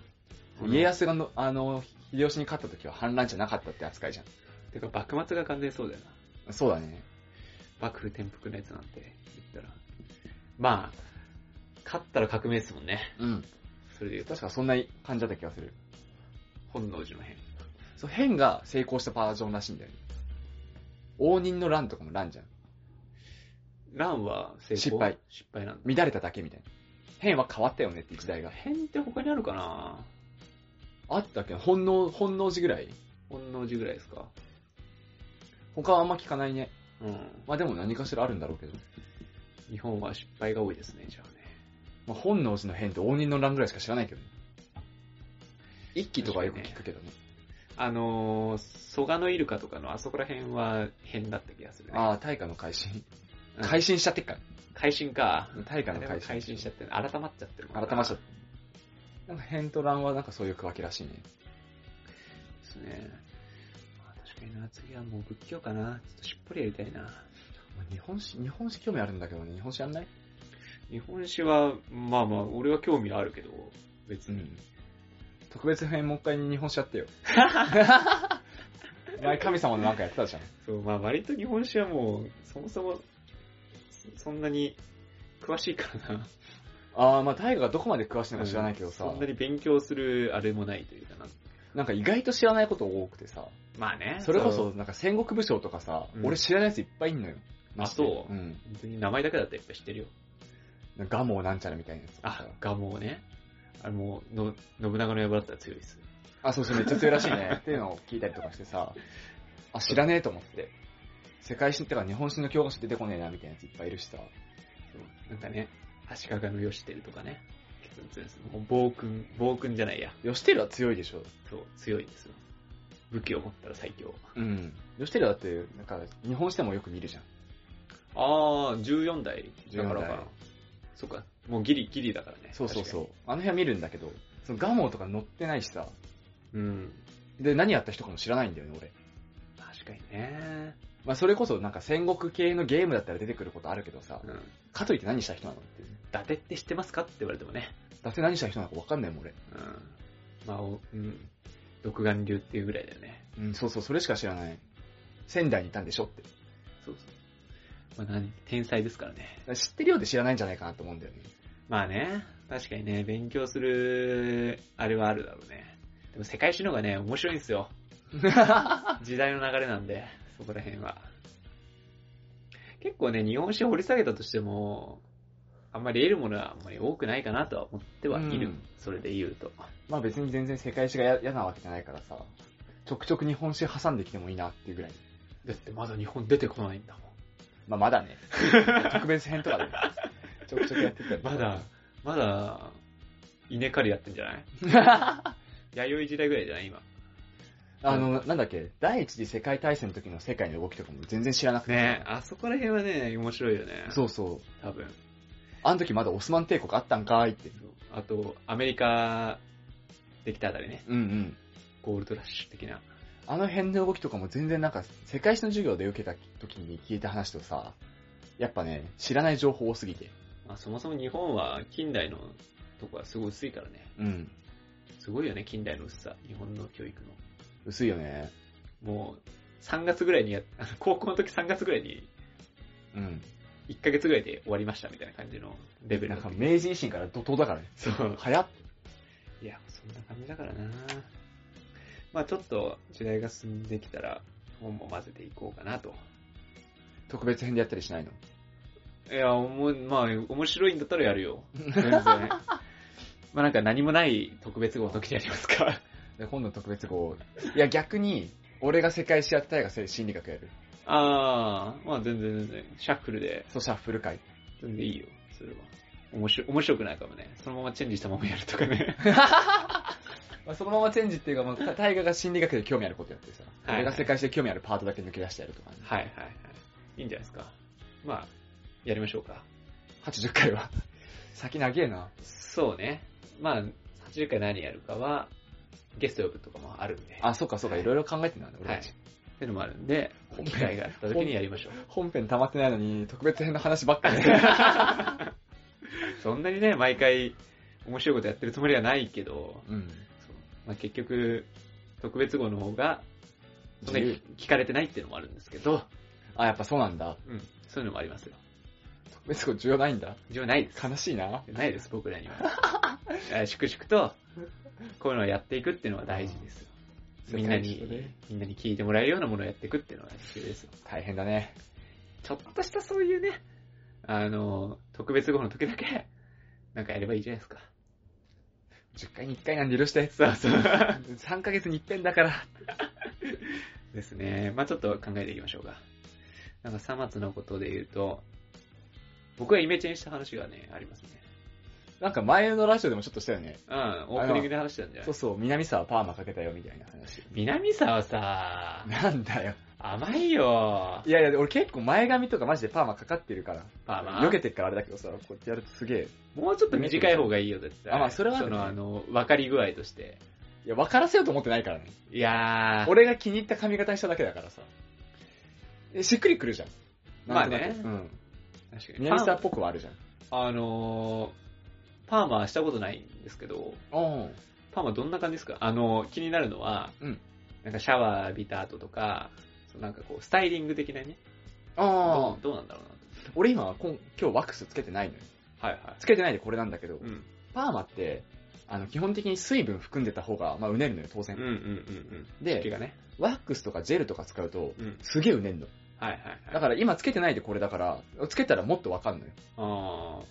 S2: 家康がの、あの、秀吉に勝った時は反乱じゃなかったって扱いじゃ
S1: てか、幕末が完全にそうだよな。
S2: ん。そうだね。
S1: 幕府転覆のやつなんて言ったら。まあ、勝ったら革命ですもんね。
S2: うん。
S1: それで言うと、
S2: 確かそんな感じだった気がする。
S1: 本能寺の変。
S2: そう、変が成功したバージョンらしいんだよね。応仁の乱とかも乱じゃん。
S1: 乱は成功
S2: 失敗。
S1: 失敗なんだ。
S2: 乱れただけみたいな。変は変わったよねって時代が。
S1: 変って他にあるかな
S2: あったっけ本能、本能寺ぐらい
S1: 本能寺ぐらいですか。
S2: 他はあんま聞かないね。
S1: うん。
S2: まあでも何かしらあるんだろうけど。
S1: 日本は失敗が多いですね、じゃあね。
S2: まあ、本能寺の変と応仁の乱ぐらいしか知らないけどね。一揆とかよく聞くけどね。
S1: あのー、蘇我のイルカとかのあそこら辺は変だった気がするね。
S2: ああ、大化の改新。
S1: うん
S2: 改新しちゃってっから。
S1: 改心か。
S2: 大化の
S1: 改
S2: 改
S1: 心
S2: 新。
S1: しちゃってる。改まっちゃってるもんな。
S2: 改ましちゃった。なんか変と乱はなんかそういう区分けらしいね。
S1: ですね。まあ確かにな、次はもう仏教かな。ちょっとしっぽりやりたいな。
S2: まあ日本史、日本史興味あるんだけどね、日本史やんない
S1: 日本史は、まあまあ、俺は興味あるけど、別に。。
S2: 特別編もう一回日本史や *laughs* ってよ。前神様のなんかやってたじゃん。
S1: そう、まあ割と日本史はもう、そもそも、そそんなに詳しいからな。
S2: ああ、まあ大化がどこまで詳しいのか知らないけどさ、
S1: そんなに勉強するあれもないというかな。
S2: なんか意外と知らないこと多くてさ、
S1: まあね。
S2: それこそ、なんか戦国武将とかさ、
S1: うん
S2: 俺知らないやついっぱいいんのよ。
S1: あそう
S2: うん。
S1: 本当に名前だけだったらやっぱ知ってるよ。
S2: ガモなんちゃらみたいなやつとか
S1: あ
S2: さ。、
S1: ガモをね。あれもうの、信長の野望だったら強いです。
S2: あ、そうそう、めっちゃ強いらしいね。 *laughs* っていうのを聞いたりとかしてさ、あ、知らねえと思って。世界史ってか日本史の教科書出てこねえな、みたいなやついっぱいいるしさ。
S1: そうなんかね、足利の義輝とかね。結構強いです。もう暴君、暴君じゃないや。
S2: 吉照は強いでしょ。
S1: そう、強いんですよ。武器を持ったら最強。
S2: うん。吉照だって、なんか、日本史でもよく見るじゃん。
S1: あー、14代だからか
S2: 14代
S1: な。そっか。もうギリギリだからね。
S2: そうそうそう。あの部屋見るんだけど、そのガモとか乗ってないしさ、
S1: 確かに。うん。
S2: で、何やった人かも知らないんだよね、俺。
S1: 確かにね。
S2: まあ、それこそなんか戦国系のゲームだったら出てくることあるけどさ
S1: う、ん。
S2: かといって何した人なのって。
S1: 伊達って知ってますかって言われてもね。
S2: だって何した人なのか分かんないもん、俺。
S1: うん。まあ、おうん。独眼流っていうぐらいだよね。
S2: うん、そうそう、それしか知らない。仙台にいたんでしょって。だか
S1: そうそう。まあ何天才ですからね。
S2: ら知ってるようで知らないんじゃないかなと思うんだよね。
S1: まあね。確かにね、勉強する、あれはあるだろうね。でも世界史の方がね、面白いんです *laughs* よ。時代の流れなんで、そこら辺は。結構ね、日本史を掘り下げたとしても、あんまり得るものはあんまり多くないかなとは思ってはいる。
S2: うん
S1: それで言うと。
S2: まあ別に全然世界史がや嫌なわけじゃないからさ、ちょくちょく日本史挟んできてもいいなっていうぐらい。
S1: だってまだ日本出てこないんだもん。
S2: ま
S1: *laughs*
S2: あまだね。特別編とかで、ちょくちょくやってきたりとか
S1: まだ、まだ、稲刈りやってんじゃない *laughs* 弥生時代ぐらいじゃない今。
S2: あの、なんだっけ、第一次世界大戦の時の世界の動きとかも全然知らなくて。
S1: ねあそこら辺はね、面白いよね。う。
S2: そうそう。
S1: 多分。
S2: あの時まだオスマン帝国あったんかーいって。
S1: そうあと、アメリカ、できたあたりね。
S2: うんうん。
S1: ゴールドラッシュ的な。
S2: あの辺の動きとかも全然なんか、世界史の授業で受けた時に聞いた話とさ、やっぱね、知らない情報多すぎて。
S1: まあ、そもそも日本は近代のとこはすごい薄いからね。
S2: うん。
S1: すごいよね、近代の薄さ。日本の教育の。
S2: 薄いよね。
S1: もう、3月ぐらいにや、 *laughs* あの高校の時3月ぐらいに、
S2: うん。
S1: 1ヶ月ぐらいで終わりましたみたいな感じのレベル
S2: なん
S1: だった
S2: か明治維新から怒涛だからね。
S1: そう。
S2: 早っ。
S1: いや、そんな感じだからなまあちょっと時代が進んできたら、本も混ぜていこうかなと。
S2: 特別編でやったりしないの
S1: いや、おも、まあ、面白いんだったらやる
S2: *laughs*
S1: よ。全然。まあなんか何もない特別号の時にやりますか。
S2: で今度の特別号。いや、逆に、俺が世界史やったいが心理学やる。
S1: ああ、まあ全然全然、シャッフルで、
S2: そう、シャッフル会。
S1: 全然いいよ、それは。面白い、面白くないかもね。そのままチェンジしたままやるとか
S2: *laughs*
S1: ね。
S2: まあ、そのままチェンジっていうか、まあ、大河が心理学で興味あることやってさ、
S1: はい
S2: 俺が世界史で興味あるパートだけ抜け出してやるとかね。
S1: はいはいはい。いいんじゃないですか。まあ、やりましょうか。
S2: 80回は。 *laughs* 先長えな。
S1: そうね。まあ、80回何やるかは、ゲスト呼ぶとかもあるんで。
S2: あ、そうかそうか、
S1: はい
S2: いろいろ考えてんだね、俺
S1: はい。
S2: た
S1: っ
S2: ち。
S1: ていうのもあるんで、機会があった時にやりましょう。
S2: 本編溜まってないのに、特別編の話ば
S1: *laughs*
S2: っかりね。
S1: そんなにね、毎回、面白いことやってるつもりはないけど、
S2: うん。
S1: そうまあ、結局、特別号の方が、そんな
S2: 自
S1: に
S2: 由
S1: 聞かれてないっていうのもあるんですけど、
S2: あ、やっぱそうなんだ。
S1: うん、そういうのもありますよ。
S2: 特別号重要ないんだ。
S1: 自分はないです。
S2: 悲しいな。
S1: ないです、僕らには。 *laughs* えー粛々と、こういうのをやっていくっていうのは大事ですよ。みんな
S2: 世界史と
S1: に
S2: ね、
S1: みんなに聞いてもらえるようなものをやっていくっていうのは必要ですよ。
S2: 大変だね。
S1: ちょっとしたそういうね、あの、特別号の時だけ、なんかやればいいじゃないですか。
S2: 10回に1回なんで
S1: *laughs*
S2: 許して。
S1: そうそう。
S2: 3ヶ月に一遍だから。
S1: ですね。まあちょっと考えていきましょうか。なんか、さ松のことで言うと、僕がイメチェンした話がね、ありますね。
S2: なんか前のラジオでもちょっとしたよね。
S1: うん、オープニングで話したんじゃな
S2: そう
S1: い
S2: そう、南沢パーマかけたよみたい
S1: *laughs*
S2: な話。
S1: 南沢さ、
S2: なんだよ。
S1: 甘いよ。
S2: いやいや、俺結構前髪とかマジでパーマかかってるから。
S1: まあまあ
S2: 避けてっからあれだけどさ、こうやってやるとすげえ。
S1: もうちょっと短い方がいいよ、絶対。
S2: あまあそれはあるね
S1: の、あの、分かり具合として。
S2: いや、分からせようと思ってないからね。
S1: いやー、
S2: 俺が気に入った髪型にしただけだからさ。えしっくりくるじゃん。なんとなく
S1: まあね
S2: うん。
S1: 確かに。
S2: 宮下っ
S1: パー
S2: ぽくはあるじゃん。
S1: あのー、パーマはしたことないんですけど、
S2: うん。
S1: パーマどんな感じですかあの、気になるのは、
S2: うん
S1: なんかシャワー浴びた後とか、そうなんかこう、スタイリング的なね、
S2: あ
S1: どうどうなんだろう
S2: あ。俺今、こん今日ワックスつけてないのよ。
S1: な。はいはい。
S2: つけてないでこれなんだけど
S1: う、ん。
S2: パーマって、あの、基本的に水分含んでた方が、まあ、うねるのよ、当
S1: うん
S2: 然
S1: うん。うんうん。毛
S2: で、
S1: がね。
S2: ワックスとかジェルとか使うと、
S1: うん。
S2: すげえうねんの。
S1: はいはいはい。
S2: だから今つけてないでこれだから、つけたらもっとわかんのよ。
S1: あー。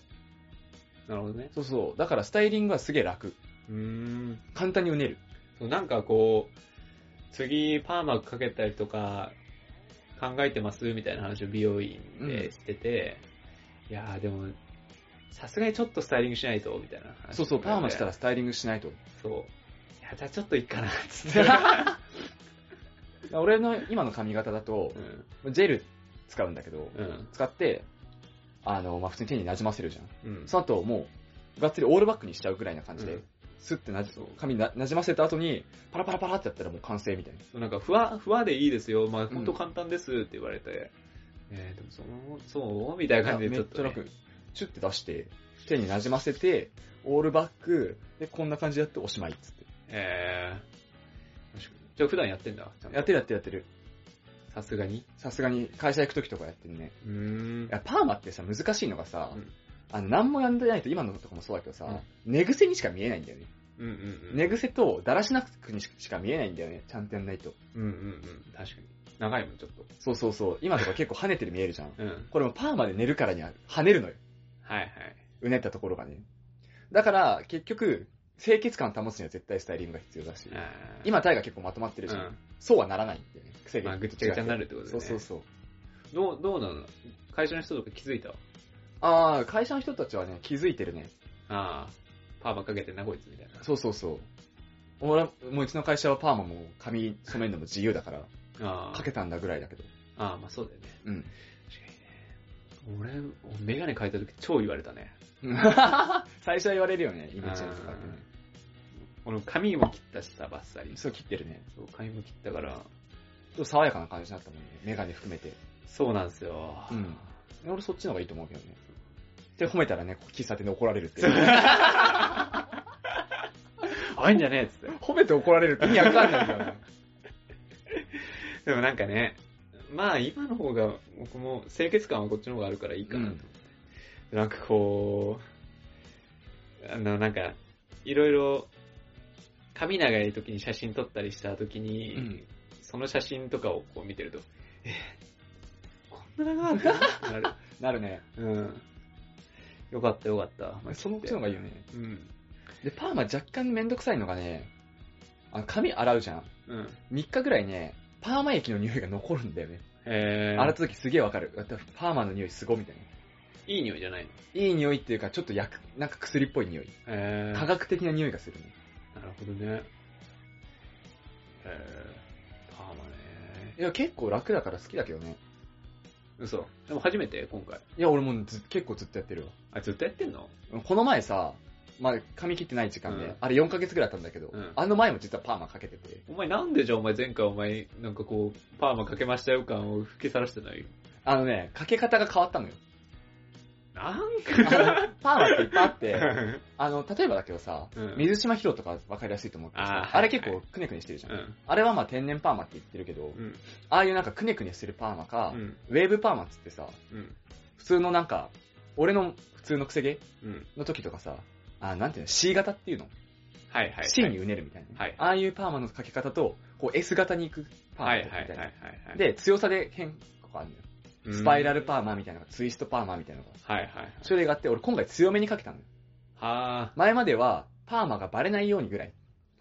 S1: なるほどね。
S2: そうそう。だからスタイリングはすげえ楽。
S1: うーん。
S2: 簡単にうねる。
S1: そうなんかこう、次パーマかけたりとか、考えてますみたいな話を美容院でしてて、いやーでも、さすがにちょっとスタイリングしないと、みたいな話
S2: そうそう、パーマした
S1: ら。
S2: らスタイリングし
S1: *laughs*
S2: ないと。
S1: そう。いや、じゃあちょっといっかな、つ *laughs* って。
S2: 俺の今の髪型だと
S1: う、ん。
S2: ジェル使うんだけど、
S1: うん。
S2: 使って、あの、まあ、普通に手に馴染ませるじゃん。
S1: うん。
S2: その後、もう、がっつりオールバックにしちゃうぐらいな感じで、
S1: うん
S2: スッてなじ、髪にな馴染ませた後に、パラパラパラってやったらもう完成みたいな。
S1: なんか、ふわ、ふわでいいですよ。まあ、ほんと簡単ですって言われて。えー、でもその、そうみたいな感じで
S2: め
S1: ちょ
S2: っ
S1: っ
S2: ち
S1: と
S2: ゃ
S1: ね、
S2: 楽。チュッて出して、手に馴染ませて、オールバック、で、こんな感じでやっておしまいっつって。
S1: えー、確かにじゃあ普段やってんだ。ちゃんと
S2: やってるやってるやってる。
S1: さすがに。
S2: さすがに会社行く時とかやってるね。
S1: うーん
S2: い。や、パーマってさ、難しいのがさ、
S1: うん
S2: あの、何もやんでないと、今のとこもそうだけどさ、
S1: うん
S2: 寝癖にしか見えないんだよね。
S1: うんうんうん。
S2: 寝癖と、だらしなくにししか見えないんだよね。ちゃんとやんないと。
S1: うんうんうん。確かに。長いもん、ちょっと。
S2: そうそうそう。今とか結構跳ねてる見えるじゃん。
S1: うん。
S2: これもパーマで寝るからには跳ねるのよ。
S1: はいはい。
S2: うねったところがね。だから、結局、清潔感保つには絶対スタイリングが必要だし。
S1: あー
S2: 今、タイが結構まとまってるじゃん。
S1: う
S2: そうはならないんだよね。癖
S1: ん。ま
S2: が。
S1: あ、ぐっちゃぐちゃになるってことで
S2: そ
S1: ね。
S2: うそうそう。
S1: どう、どうなの会社の人とか気づいた
S2: ああ、会社の人たちはね、気づいてるね。
S1: ああ、パーマかけてんなこいつみたいな。
S2: そうそうそう。俺、もううちの会社はパーマも髪染めるのも自由だから、
S1: ああ
S2: かけたんだぐらいだけど。
S1: ああ、まあそうだよね。
S2: うん。
S1: 確かにね。俺、メガネ変えた時超言われたね。
S2: *laughs* 最初は言われるよね、イメージのとかってね。
S1: 俺、髪も切ったしさ、バッサリ。
S2: そう切ってるね。
S1: そう、髪も切ったから。
S2: ちょっと爽やかな感じになったもんね。メガネ含めて。
S1: そうなんですよ。
S2: うん。俺そっちの方がいいと思うけどね。で、褒めたらね、喫茶店で怒られるって。
S1: あいんじゃねえっつ
S2: *laughs*
S1: って。
S2: 褒めて怒られるって意味わかんないんだよね。
S1: でもなんかね、まあ今の方が、僕も清潔感はこっちの方があるからいいかなと思って。なんかこう、あのなんか、いろいろ、髪長い時に写真撮ったりした時に、
S2: うん
S1: その写真とかをこう見てると、えこんな長かった
S2: *laughs*
S1: のってなる。
S2: なるね。
S1: うん。よかったよかった。まあ
S2: そのうちの方がいいよね。
S1: うん。
S2: で、パーマ若干めんどくさいのがね、あの髪洗うじゃん。
S1: うん。
S2: 3日ぐらいね、パーマ液の匂いが残るんだよね。
S1: えー、
S2: 洗った時すげえわかる。だってパーマの匂いすごいみたいな。
S1: いい匂いじゃないの
S2: いい匂いっていうか、ちょっと薬、なんか薬っぽい匂い。
S1: えー、
S2: 科学的な匂いがするね。
S1: なるほどね。えー、パーマね。
S2: いや、結構楽だから好きだけどね。
S1: 嘘。でも初めて今回。
S2: いや、俺もうず結構ずっとやってる
S1: あ、ずっとやってんの
S2: わ。この前さ、まあ、髪切ってない時間で、
S1: うん
S2: あれ4ヶ月ぐらいあったんだけど、
S1: うん
S2: あの前も実はパーマかけてて、
S1: お前なんでじゃあお前前回お前なんかこう、パーマかけましたよ感を吹きさらしてない
S2: あのね、かけ方が変
S1: *laughs*
S2: わったのよ。
S1: なん
S2: あ
S1: か。
S2: のパーマっていっぱいあって、
S1: うん。
S2: あの、例えばだけどさ、
S1: うん
S2: 水島ヒロとかわかりやすいと思うけど
S1: あーは
S2: さ
S1: い、
S2: あれ結構くねくねしてるじゃん。あれはまあ天然パーマって言ってるけど、
S1: うん。
S2: ああいうなんかくねくねしてるパーマか、
S1: うん。
S2: ウェーブパーマっつってさ、
S1: うん。
S2: 普通のなんか、俺の普通のくせ毛
S1: うん。
S2: の時とかさ、あなんていうの、C 型っていうの、
S1: はいはい。
S2: C にうねるみたいな、
S1: はい
S2: ああいうパーマのかけ方と、こう S 型に行くパーマ
S1: はい
S2: み
S1: はい
S2: たいな。
S1: はいはいはい。
S2: で、強さで変化があるのよ。
S1: うん、
S2: スパイラ
S1: ル。
S2: ルパーマみたいなのが、ツイストパーマみたいなのが。
S1: はいはいはい。
S2: それがあって、俺今回強めにかけたのよ。
S1: は
S2: 前までは、パーマがバレないようにぐらい。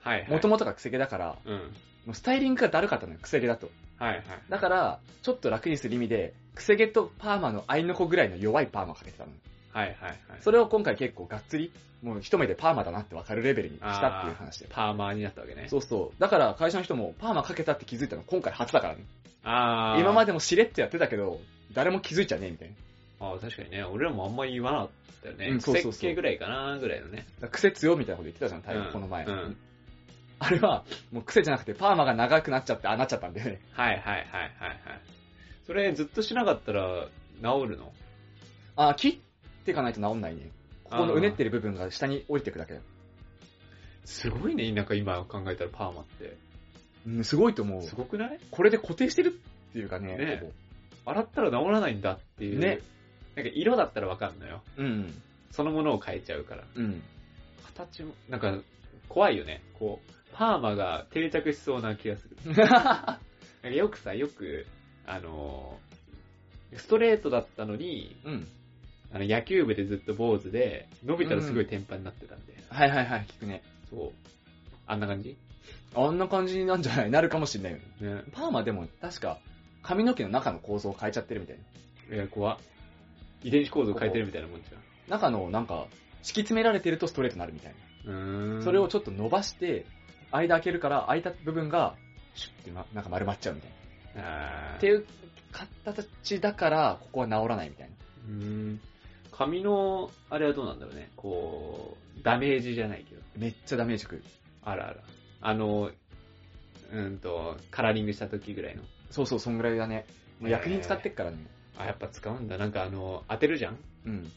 S1: あ。はいはい。
S2: もともとが癖毛だから、
S1: うん。
S2: もうスタイリングがだるかったのよ、癖毛だと。
S1: はいはい。
S2: だから、ちょっと楽にする意味で、癖毛とパーマの合いの子ぐらいの弱いパーマかけてたのよ。
S1: はいはいはい。
S2: それを今回結構がっつり、もう一目でパーマだなってわかるレベルにしたっていう話で。
S1: パーマーになったわけね。
S2: そうそう。だから会社の人もパーマかけたって気づいたの今回初だからね。
S1: ああ。
S2: 今ま
S1: で。
S2: でもしれっとやってたけど、誰も気づいちゃねえみたいな。
S1: ああ、確かにね。俺らもあんまり言わなかったよね。
S2: うんそうそうそう
S1: 設計ぐらいかなぐらいのね。
S2: だから癖強みたいなこと言ってたじゃん、タイ
S1: う
S2: ガ
S1: ん
S2: この前。
S1: うん
S2: あれは、もう癖じゃなくてパーマが長くなっちゃって、ああなっちゃったんだよね。
S1: はいはいはいはいはい。それずっとしなかったら治るの
S2: *laughs* あー、切っていかないと治んないね。ここの
S1: あー
S2: うねってる部分が下に降りてくだけだ。
S1: すごいね、なんか今考えたらパーマって。
S2: うん、すごいと思う。
S1: すごくない
S2: これで固定してるっていうかね、
S1: ね
S2: ほぼ
S1: 洗ったら治らないんだっていう。
S2: ね。
S1: なんか色だったらわかんのよ。
S2: うん、
S1: そのものを変えちゃうから。 *laughs*
S2: うん。
S1: 形も、なんか怖いよね。こう、パーマが定着しそうな気がする。なんかよくさ、よく、あのーストレートだったのに、
S2: うん。
S1: あの野球部でずっと坊主で、伸びたらすごい天パになってたんで。
S2: はいはいはい、聞くね。
S1: そう。あんな感じ
S2: あんな感じなんじゃないなるかもしれないよね。
S1: ね。
S2: パーマでも確か髪の毛の中の構造を変えちゃってるみたいな。
S1: えー、怖っ遺伝子構造変えてるみたいなもんじ
S2: 中のなんか、敷き詰められてるとストレートになるみたい
S1: ゃん。うー
S2: な。
S1: ん。
S2: それを、ちょっと伸ばして、間開けるから、開いた部分が、シュッてななんか丸まっちゃうみたいな。
S1: あー
S2: っていう形だから、ここは治らないみたいな。
S1: うーん。髪の、あれはどうなんだろうね。こう、ダメージじゃないけど。
S2: めっちゃダメージ食う。
S1: あらあら。あの、うんと、カラーリングした時ぐらいの。
S2: そうそう、そんぐらいだね。もう薬品使ってっからね。
S1: あ、やっぱ使うんだ。なんかあの、当てるじゃん
S2: うん。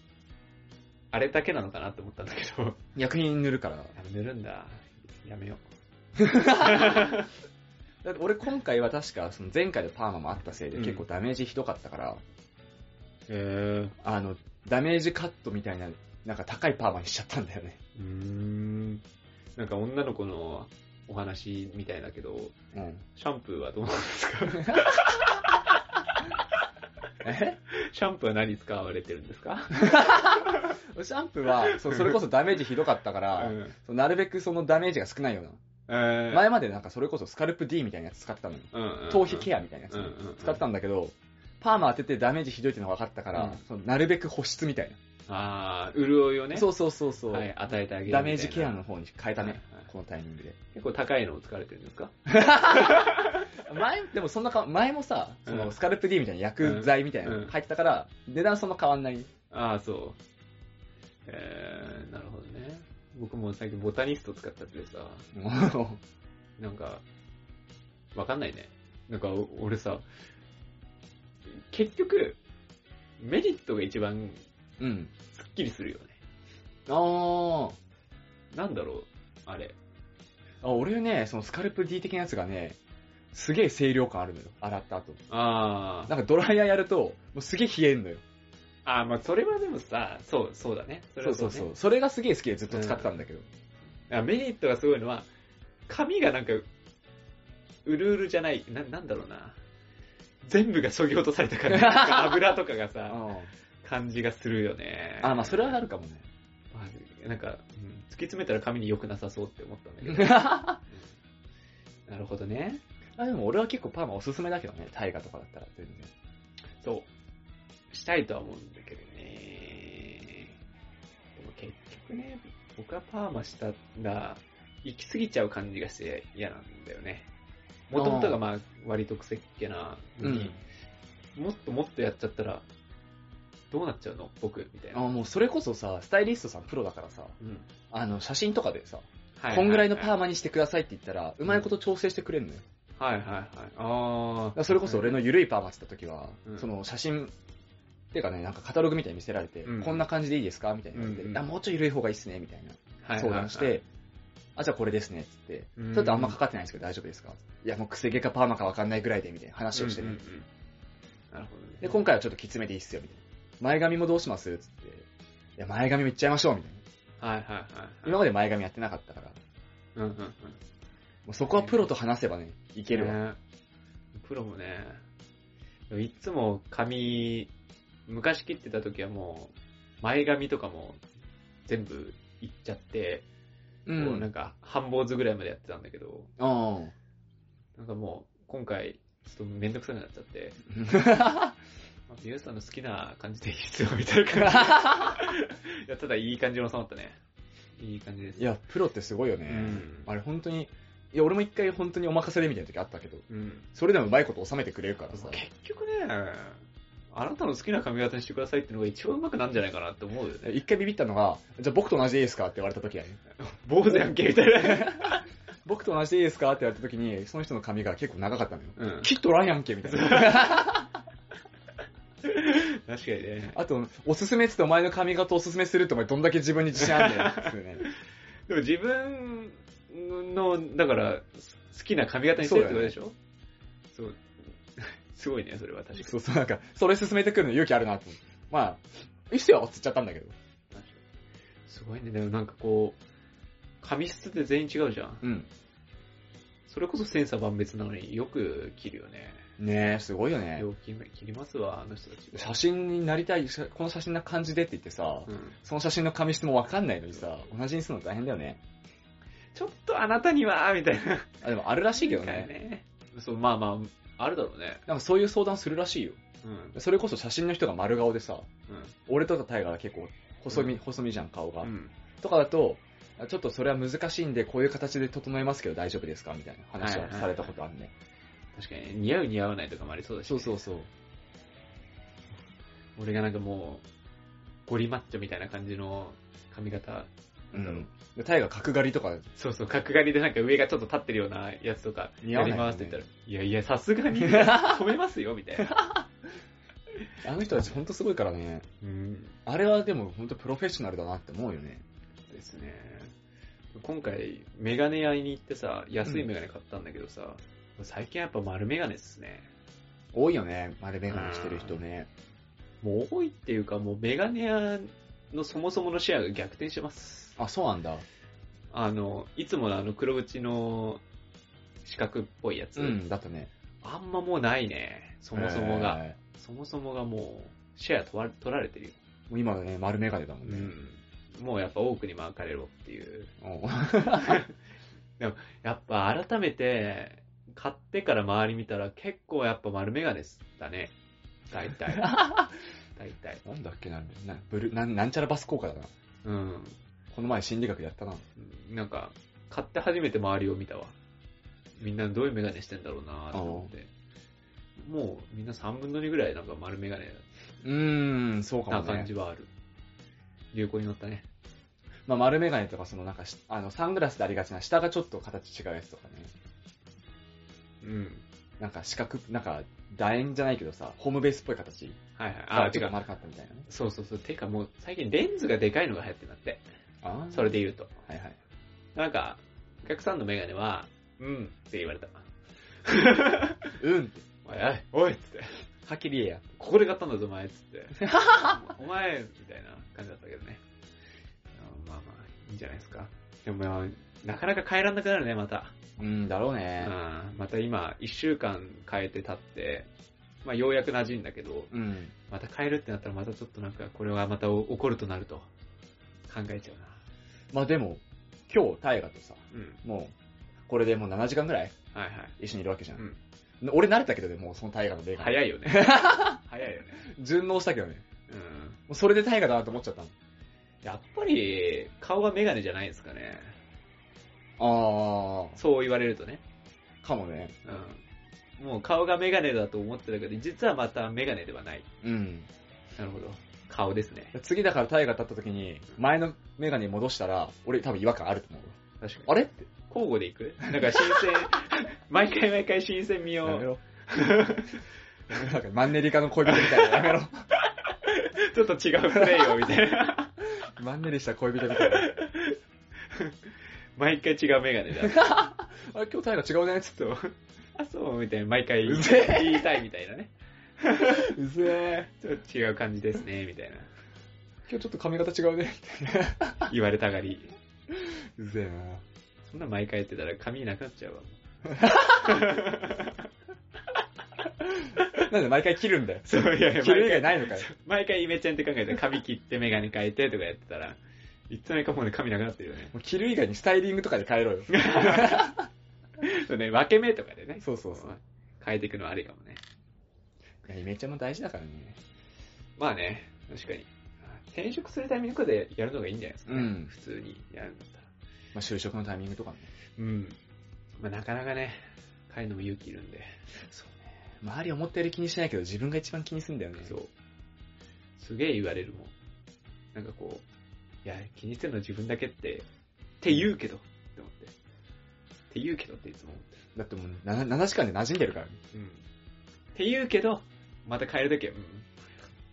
S1: あれだけなのかなって思ったんだけど。 *laughs*
S2: 薬品塗るから。
S1: やめるんだ。やめよ
S2: だって俺今回は確か、その前回のパーマもあったせいで
S1: うん
S2: 結構ダメージひどかったから、
S1: う。へえ。
S2: あの、ダメージカットみたいな、なんか高いパーマにしちゃったんだよね。
S1: うーん。なんか女の子のお話みたいだけど、
S2: うん。
S1: シャンプーはどうなんですか
S2: *laughs* え
S1: シャンプーは何使われてるんですか
S2: シャンプ
S1: *laughs*
S2: ーは、そうそれこそダメージひどかったから、
S1: ん。
S2: そうなるべくそのダメージが少ないような。
S1: えー
S2: 前までなんかそれこそスカルプ D みたいなやつ使ってたのよ。
S1: うんうんうん
S2: 頭皮ケアみたいなやつ
S1: うんうんうん
S2: 使ってたんだけど、パーマ当ててダメージひどいってのが分かったから、
S1: うん
S2: そのなるべく保湿みたい
S1: ああ、潤いを
S2: な。
S1: ね。
S2: そうそうそうそう、
S1: はい、与えてあげるみたい
S2: ダ
S1: な。
S2: メージケアの方に変えたね、
S1: はいはい
S2: このタイミングで。
S1: 結構高いのを使われてるんですか
S2: 前、でもそんなか、前もさ、そ
S1: うん
S2: のスカルプ D みたいな薬剤みたいなの入ってたから、値段そんな変わんない。
S1: ああ、そう。えー、なるほどね。僕も最近ボタニスト使っちゃってさ、なんか、わかんないね。なんか、お俺さ、結局、メリットが一番
S2: *laughs* うん。
S1: スッキリするよね。
S2: あー。
S1: なんだろう、あれ。
S2: あ俺ね、そのスカルプ D 的なやつがね、すげえ清涼感あるのよ。洗った後。
S1: あー
S2: なんかドライヤーやると、もうすげえ冷えんのよ。
S1: あー、まあそれはでもさ、そう、そうだね。それ
S2: そう
S1: は
S2: そう
S1: ね
S2: そう。それがすげえ好きでずっと使ってたんだけど。
S1: あメリットがすごいのは、髪がなんか、うるうるじゃない、な、なんだろうな。全部が削ぎ落とされた感
S2: *laughs*
S1: じ。なんか油とかがさ、
S2: あ
S1: 感じがするよね。
S2: あ、まあそれはあるかもね。
S1: まあなんか、うん突き詰めたら髪に良くなさそうって思ったんだ
S2: *laughs*
S1: けど。
S2: あ
S1: なるほどね。
S2: でも俺は結構パーマおすすめだけどね。大河とかだったら全然。
S1: そう。したいとは思うんだけどね。でも結局ね、僕はパーマしたら、行き過ぎちゃう感じがして嫌なんだよね。もともとがまあ、割と癖っ気なのに、もっともっとやっちゃったら、どうなっちゃうの僕みたい
S2: あ
S1: な。
S2: もうそれこそさ、スタイリストさんプロだからさ、
S1: うん。
S2: あの、写真とかでさ、
S1: は
S2: こんぐらいのパー
S1: マ。
S2: マにしてくださいって言ったら、うまいこと調整してくれるのよ。だ
S1: はいはいはい。あ
S2: か
S1: あ。
S2: らそれこそ俺のゆるいパーマって言った時は、
S1: うん
S2: その写真、っていうかね、なんかカタログみたいに見せられて、
S1: うん
S2: こんな感じでいいですかみたいな言われて、
S1: うんうん
S2: あ、もうちょい緩い方がいいっすね、みたい
S1: はい
S2: な
S1: はいはい
S2: 相談して、、あ、じゃあこれですね、つって、
S1: うん
S2: ちょっとあんまかかってないんですけど大丈夫ですかいや、もうくせ毛かパーマかわかんないぐらいで、みたいな話をしてね。
S1: うんうんうんなるほどね。
S2: で、今回はちょっときつめでいいっすよ、みたいな。前髪もどうしますつって。いや、前髪もいっちゃいましょう、みたいな。
S1: はいはいはい。
S2: 今まで前髪やってなかったから。も
S1: うんうんうん。
S2: うそこはプロと話せばね、いける
S1: ね
S2: わ。
S1: プロもね、いつも髪、昔切ってた時はもう、前髪とかも全部いっちゃって、
S2: う
S1: こうなん
S2: ん。
S1: か半坊主ぐらいまでやってたんだけど、
S2: あ
S1: なんかもう今回、ちょっとめんどくさくなっちゃ
S2: *laughs*
S1: って、
S2: あ。
S1: あ美容師さんの好きな感じでいいですよ、みたいな感
S2: *laughs*
S1: じ。いや、ただいい感じに収まったね。いい感じです。
S2: いや、プロってすごいよね。
S1: うん
S2: あれ本当に、いや、俺も一回本当にお任せでみたいな時あったけど、
S1: うん。
S2: それでもうまいこと収めてくれるからさ。
S1: 結局ね、あなたの好きな髪型にしてくださいってのが一番うまくなんじゃないかなって思うよね。
S2: 一回ビビったのが、じゃあ僕と同じでいいですかって言われた時やね。
S1: 坊主やんけ、みたいな。
S2: 僕と同じでいいですかって言われた時に、その人の髪が結構長かったのよ。
S1: うん。
S2: 切っとらんやんけ、みたいな。
S1: *laughs* 確かにね。
S2: あと、おすすめっつってお前の髪型おすすめするってお前どんだけ自分に自信あんだよっていうね。
S1: でも自分の、だから、好きな髪型にしてるってことでしょそう,、 *laughs* すごいね、それは確か
S2: そうそう、なんか、それ進めてくるの勇気あるなって思って。まあ、いいっすよって言っちゃったんだけど。
S1: に。すごいね。でもなんかこう、髪質って全員違うじゃん。
S2: うん。
S1: それこそ千差万別なのによく切るよね。
S2: ねえ、すごいよね。
S1: よく切りますわ、あの人たち。
S2: 写真になりたい、この写真な感じでって言ってさ、
S1: うん
S2: その写真の紙質もわかんないのにさ、同じにするの大変だよね。
S1: ちょっとあなたには、みたいな。
S2: あ、でもあるらしいけどね。
S1: ね。そう、まあまあ、あるだろうね。
S2: なんかそういう相談するらしいよ。
S1: うん。
S2: それこそ写真の人が丸顔でさ、
S1: う
S2: 俺とかタイガーは結構細身、
S1: うん
S2: 細身じゃん、顔が。
S1: ん。うん。
S2: とかだと、あちょっとそれは難しいんで、こういう形で整えますけど大丈夫ですかみたいな話はされたことあるね。
S1: 確かにね、似合う似合わないとかもありそうだし、
S2: そうそうそう。
S1: 俺がなんかもゴリマッチョみたいな感じの髪型。
S2: うん。で、タイが角刈りとか、
S1: そうそう、角刈りでなんか上がちょっと立ってるようなやつとか、
S2: 似合わ
S1: や
S2: な
S1: りま
S2: いよね
S1: すって言ったら、いやいや、さすが *laughs* に、止めますよ、みたいな。
S2: あの人たちほんとすごいからね。
S1: うん。
S2: あれはでもほんとプロフェッショナルだなって思うよね。
S1: ですね。今回、メガネ屋に行ってさ、安いメガネ買ったんだけどさ、最近やっぱ丸メガネっすね。
S2: 多いよね、丸メガネしてる人ね。
S1: もう多いっていうか、もうメガネ屋のそもそものシェアが逆転してます。
S2: あ、そうなんだ。
S1: あの、いつものあの黒縁の四角っぽいやつ、
S2: うん、だったね。
S1: あんまもうないね。そもそもが。
S2: え
S1: そもそもがもう、シェア取ら取られてるよ。
S2: ー。もう今のね、丸メガネだもん
S1: う
S2: ね。
S1: ん。もうやっぱ多くに巻かれろっていう。
S2: おう
S1: やっぱ改めて、買ってから周り見たら結構やっぱ丸メガネだね。大体。大体。
S2: なんだっけな、なブルなんなんちゃらバス効果だな。
S1: うん。
S2: この前心理学やったな。
S1: なんか、買って初めて周りを見たわ。みんなどういうメガネしてんだろうなと思って。もうみんな3分の2ぐらいなんか丸メガネ
S2: うーん、そうか
S1: な
S2: もね
S1: 感じ。はある。流行に乗ったね。
S2: まあ、丸メガネとか、そのなんかし、あの、サングラスでありがちな、下がちょっと形違うやつとかね。
S1: うん。
S2: なんか四角、なんか、楕円じゃないけどさ、ホームベースっぽい形。
S1: はいはい。あ、
S2: ち
S1: て
S2: ょ
S1: か、
S2: っと丸かったみたいなね。
S1: そうそうそう。てかもう最近レンズがでかいのが流行ってんだって。
S2: あー
S1: それ。で言うと。
S2: はいはい。
S1: なんか、お客さんのメガネは、うんって言われた。
S2: うんって、
S1: おいおい、おいっつって。
S2: はっきり言えや。
S1: ここで買ったんだぞ、お前っつって。お前みたいな感じだったけどね。まあまあ、いいんじゃないですか。でもまあ、なかなか変えらんなくなるね、また。
S2: うん、だろう
S1: う
S2: ね。
S1: ん、また今、一週間変えて経って、まあようやく馴染んだけど、
S2: うん。
S1: また変えるってなったらまたちょっとなんか、これはまたお怒るとなると考えちゃうな。
S2: まあでも、今日、大河とさ、
S1: うん。
S2: もう、これでもう7時間ぐらい
S1: はいはい。
S2: 一緒にいるわけじゃん。
S1: う
S2: 俺慣れたけどね、もうその大河の
S1: ん。
S2: メガネ。
S1: 早いよね。早いよね。
S2: 順応したけどね。も
S1: うん。
S2: うそれで大河だなと思っちゃった
S1: やっぱり、顔がメガネじゃないですかね。
S2: の。あ
S1: そう言われるとね。
S2: ー、かもね。
S1: うん。もう顔がメガネだと思ってたけど、実はまたメガネではない。
S2: うん。
S1: なるほど。顔ですね。
S2: 次だから大河立った時に、前のメガネ戻したら、俺多分違和感あると思う。
S1: 確かに。
S2: あれって。
S1: 交互でいくなんか新 *laughs* 鮮、毎回毎回新鮮味
S2: やめ
S1: を、
S2: ろ。なんかマンネリ化の恋人みたいな。や *laughs* めろ。
S1: ちょっと違うプレイをみたい *laughs* な。
S2: マンネリした恋人み *laughs* たいな。
S1: 毎回違うメガネだ。
S2: あれ、今日大河違うねっつって。
S1: あ、そうみたいな。毎回
S2: う
S1: 言い
S2: ぜ
S1: たい言いたいみたいなね。
S2: うぜ
S1: ちょっと違う感じですね、みたいな。
S2: 今日ちょっと髪型違うね。
S1: 言われたがり。
S2: うぜえな。
S1: そんな毎回やってたら髪なくなっちゃうわ。
S2: なんで毎回切るん *laughs* だよ。
S1: そういやいや、
S2: 切る以外ないのかよ。
S1: 毎回イメチェンって考えて髪切ってメガネ変えてとかやってたら、いつの間にかもうね髪なくなってるよね。
S2: もう切る以外にスタイリングとかで変えろよ。
S1: そうね、分け目とかでね。
S2: そうそうそう。
S1: 変えていくのはありかもね。
S2: いや、イメチェンも大事だからね。
S1: まあね、確かに。転職するタイミングでやるのがいいんじゃないですか、ね
S2: うん
S1: 普通にやるんだったら。
S2: まあ、就職のタイミングとかね。
S1: うん。まあなかなかね、変えるのも勇気いるんで。
S2: 周り思ったより気にしないけど、自分が一番気にすんだよね。
S1: そう。すげえ言われるもん。なんかこう、いや、気にしてるの自分だけって、って言うけど、って思って。って言うけどっていつも思ってる。
S2: だってもう7、7時間で馴染んでるからね。
S1: うん。って言うけど、また変えるだけ、うん。
S2: も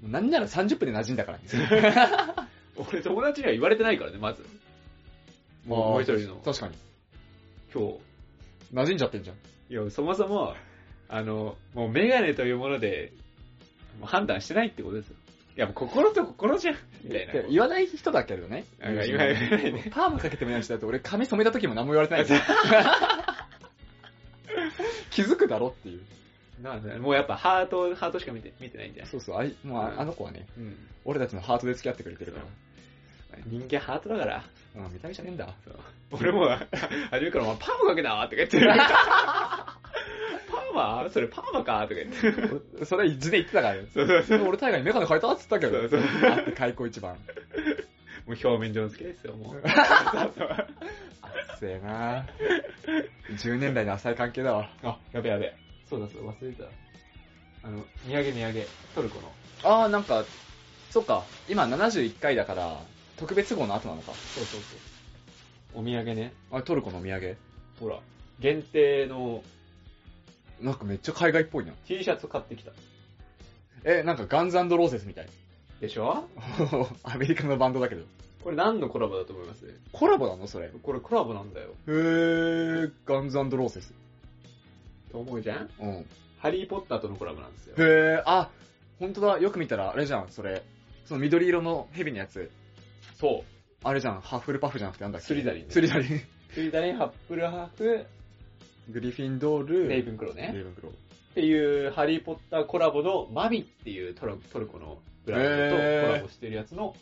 S2: う何なら30分で馴染んだからね。
S1: 俺友達には言われてないからね、まず。 *laughs* もうもう一人の
S2: 確かに。
S1: 今日。
S2: 馴染んじゃってんじゃん。
S1: いや、そもそも、あの、もうメガネというもので、もう判断してないってことですよ。いや、もう心と心じゃんみたいな。
S2: で言わない人だけどね。
S1: なんか言わないね
S2: *laughs* パーマかけてもない人だって俺髪染めた時も何も言われてないです。 *laughs* 気づくだろっていう。
S1: なんだもうやっぱハート、ハートしか見て見てないんじゃない
S2: そうそう、あいもうああの子はね、
S1: うん。
S2: 俺たちのハートで付き合ってくれてるか
S1: 人間ハートだから。
S2: ら。うん、見た目じゃねえんだ。 *laughs*
S1: そう俺も、あ初めからお前パーマかけたとか言ってる。パーマそれパーマかとか言ってる。
S2: 俺それ字で言ってたからね。
S1: そうそうそ
S2: で
S1: う。
S2: も俺大河にメガネ変えたって言ったけど。
S1: そうそう
S2: *laughs* あって開口一番。
S1: もう表面上の好きですよ、もう。そうそう
S2: せえな10年来の浅い関係だわ。
S1: あ、やべやべ。そうだそうだ、忘れてた。あの、土産土産、トルコの。
S2: ああ、なんか、そっか、今71回だから、特別号の後なのか。
S1: そうそうそう。お土産ね。
S2: あれ、トルコのお土産
S1: ほら、限定の
S2: なんかめっちゃ海外っぽいな。
S1: T シャツ買ってきた。
S2: え、なんかガンズローゼスみたい。
S1: でしょ
S2: *laughs* アメリカのバンドだけど。
S1: これ何のコラボだと思います
S2: コラボなのそれ。へ
S1: これコラボなんだよ。
S2: ー、ガンズローゼス。
S1: と思うじゃん
S2: うん。へ
S1: ハリーポッターとのコラボなんですよ。
S2: ー、あ、ほんとだ、よく見たら、あれじゃん、それ。その緑色のヘビのやつ。
S1: そ
S2: あれじゃん、ハッフルパフじゃなくてなんだっけ
S1: スリザリンね
S2: スリザリン。
S1: う。ツイッターにハップルハーフ、
S2: *laughs* グリフィンドール、
S1: レイブンクロー
S2: レ
S1: ね。
S2: イブンクロー。
S1: っていう、ハリーポッターコラボのマミっていうトラトルコのブランドとコラボしてるやつの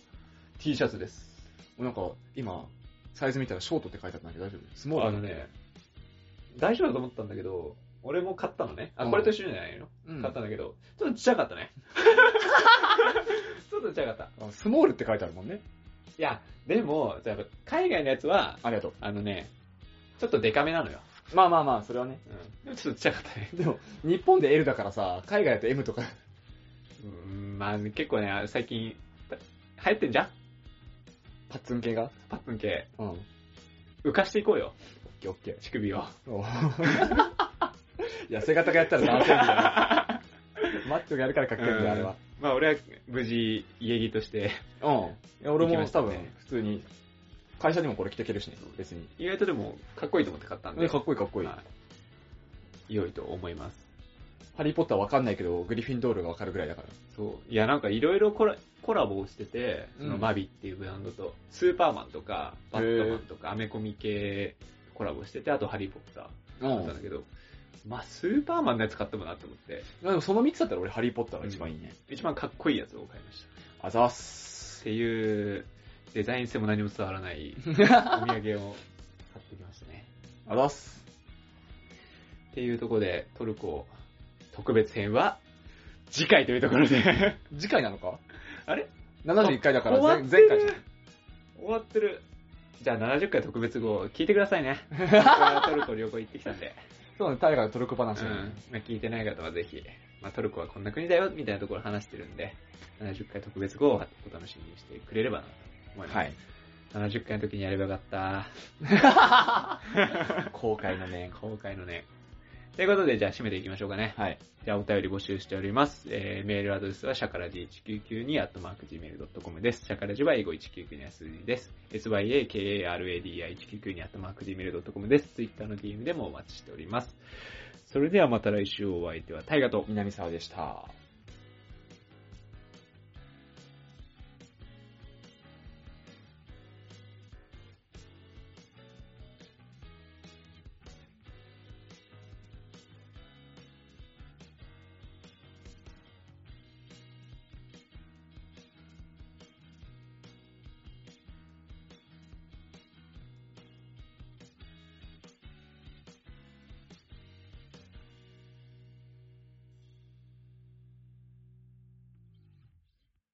S1: T シャツです。
S2: なんか、今、サイズ見たらショートって書いてあったんだけど大丈夫スモール
S1: あのね、大丈夫だと思ったんだけど、俺も買ったのね。あ、これと一緒じゃないの、
S2: うん
S1: 買ったんだけど、ちょっとちっちゃかった
S2: *laughs*
S1: ね。ちょっとちっちゃかった。
S2: あスモールって書いてあるもんね。
S1: いや、でも、やっぱ海外のやつは、
S2: ありがと
S1: あのね、ちょっとデカめなのよ。
S2: う。まあまあまあ、それはね。
S1: うん。でもちょっとちっちゃかったね。
S2: でも、日本で L だからさ、海外だと M とか。 *laughs*
S1: うん、まあ結構ね、最近、流行ってんじゃん
S2: パッツン系が
S1: パックン系。
S2: うん。オッ
S1: 浮かしていこうよ。
S2: ケーオッケー。
S1: 乳首を。
S2: お *laughs* 痩せ型がやったら直せるんだ
S1: *laughs*
S2: よ。マッチョがやるからかっこいいんだよ、あれは。
S1: まあ俺は無事、家着として。
S2: うん。俺
S1: 行き
S2: も
S1: ました
S2: 多
S1: ね
S2: 分、普通に、会社にもこれ着てけるしね、別に。
S1: 意外とでも、かっこいいと思って買ったんで。
S2: えかっこいいかっこいい。
S1: はい。良いと思います。
S2: ハリーポッターわかんないけど、グリフィンドールがわかるぐらいだから。
S1: そう。いや、なんかいろいろコラコラボをしてて、その
S2: うん
S1: マビっていうブランドと、スーパーマンとか、バットマンとか、アメコミ系コラボしてて、あとハリーポッター
S2: う
S1: だったんだけど、まあ、スーパーマンのやつ買ったもんなと思って、
S2: でもその3つだったら俺ハリーポッターが一番いいね。
S1: 一番かっこいいやつを買いました。
S2: あざー
S1: っ
S2: す。
S1: ていう、デザイン性も何も伝わらない、お土産を買ってきましたね。
S2: あざーす。
S1: っていうところで、トルコ特別編は、次回というところで、
S2: 次回なのか
S1: あれ
S2: ?71 回だから
S1: 終わっ
S2: 前
S1: てる
S2: 前回じゃん。
S1: 終わってる。じゃあ70回特別号、聞いてください *laughs* ね。僕はトルコ旅行行ってきたんで。
S2: そうね、大河のトルコ
S1: うん
S2: 話だよね。
S1: まあ、聞いてない方はぜひ、まあ、トルコはこんな国だよ、みたいなところ話してるんで、70回特別号をお楽しみにしてくれればなと思います。
S2: はい。
S1: 70回の時にやればよかった。
S2: 公開
S1: *laughs*
S2: のね。
S1: 後悔のね。ということで、じゃあ締めていきましょうかね。
S2: はい。
S1: じゃあお便り募集しております。えー、メールアドレスはシャカラジ1992アットマーク Gmail.com です。シャカラジは英語1992は数字です。syakaradi1992 アットマーク Gmail.com です。Twitter の DM でもお待ちしております。それではまた来週お相手はタイガと
S2: 南沢でした。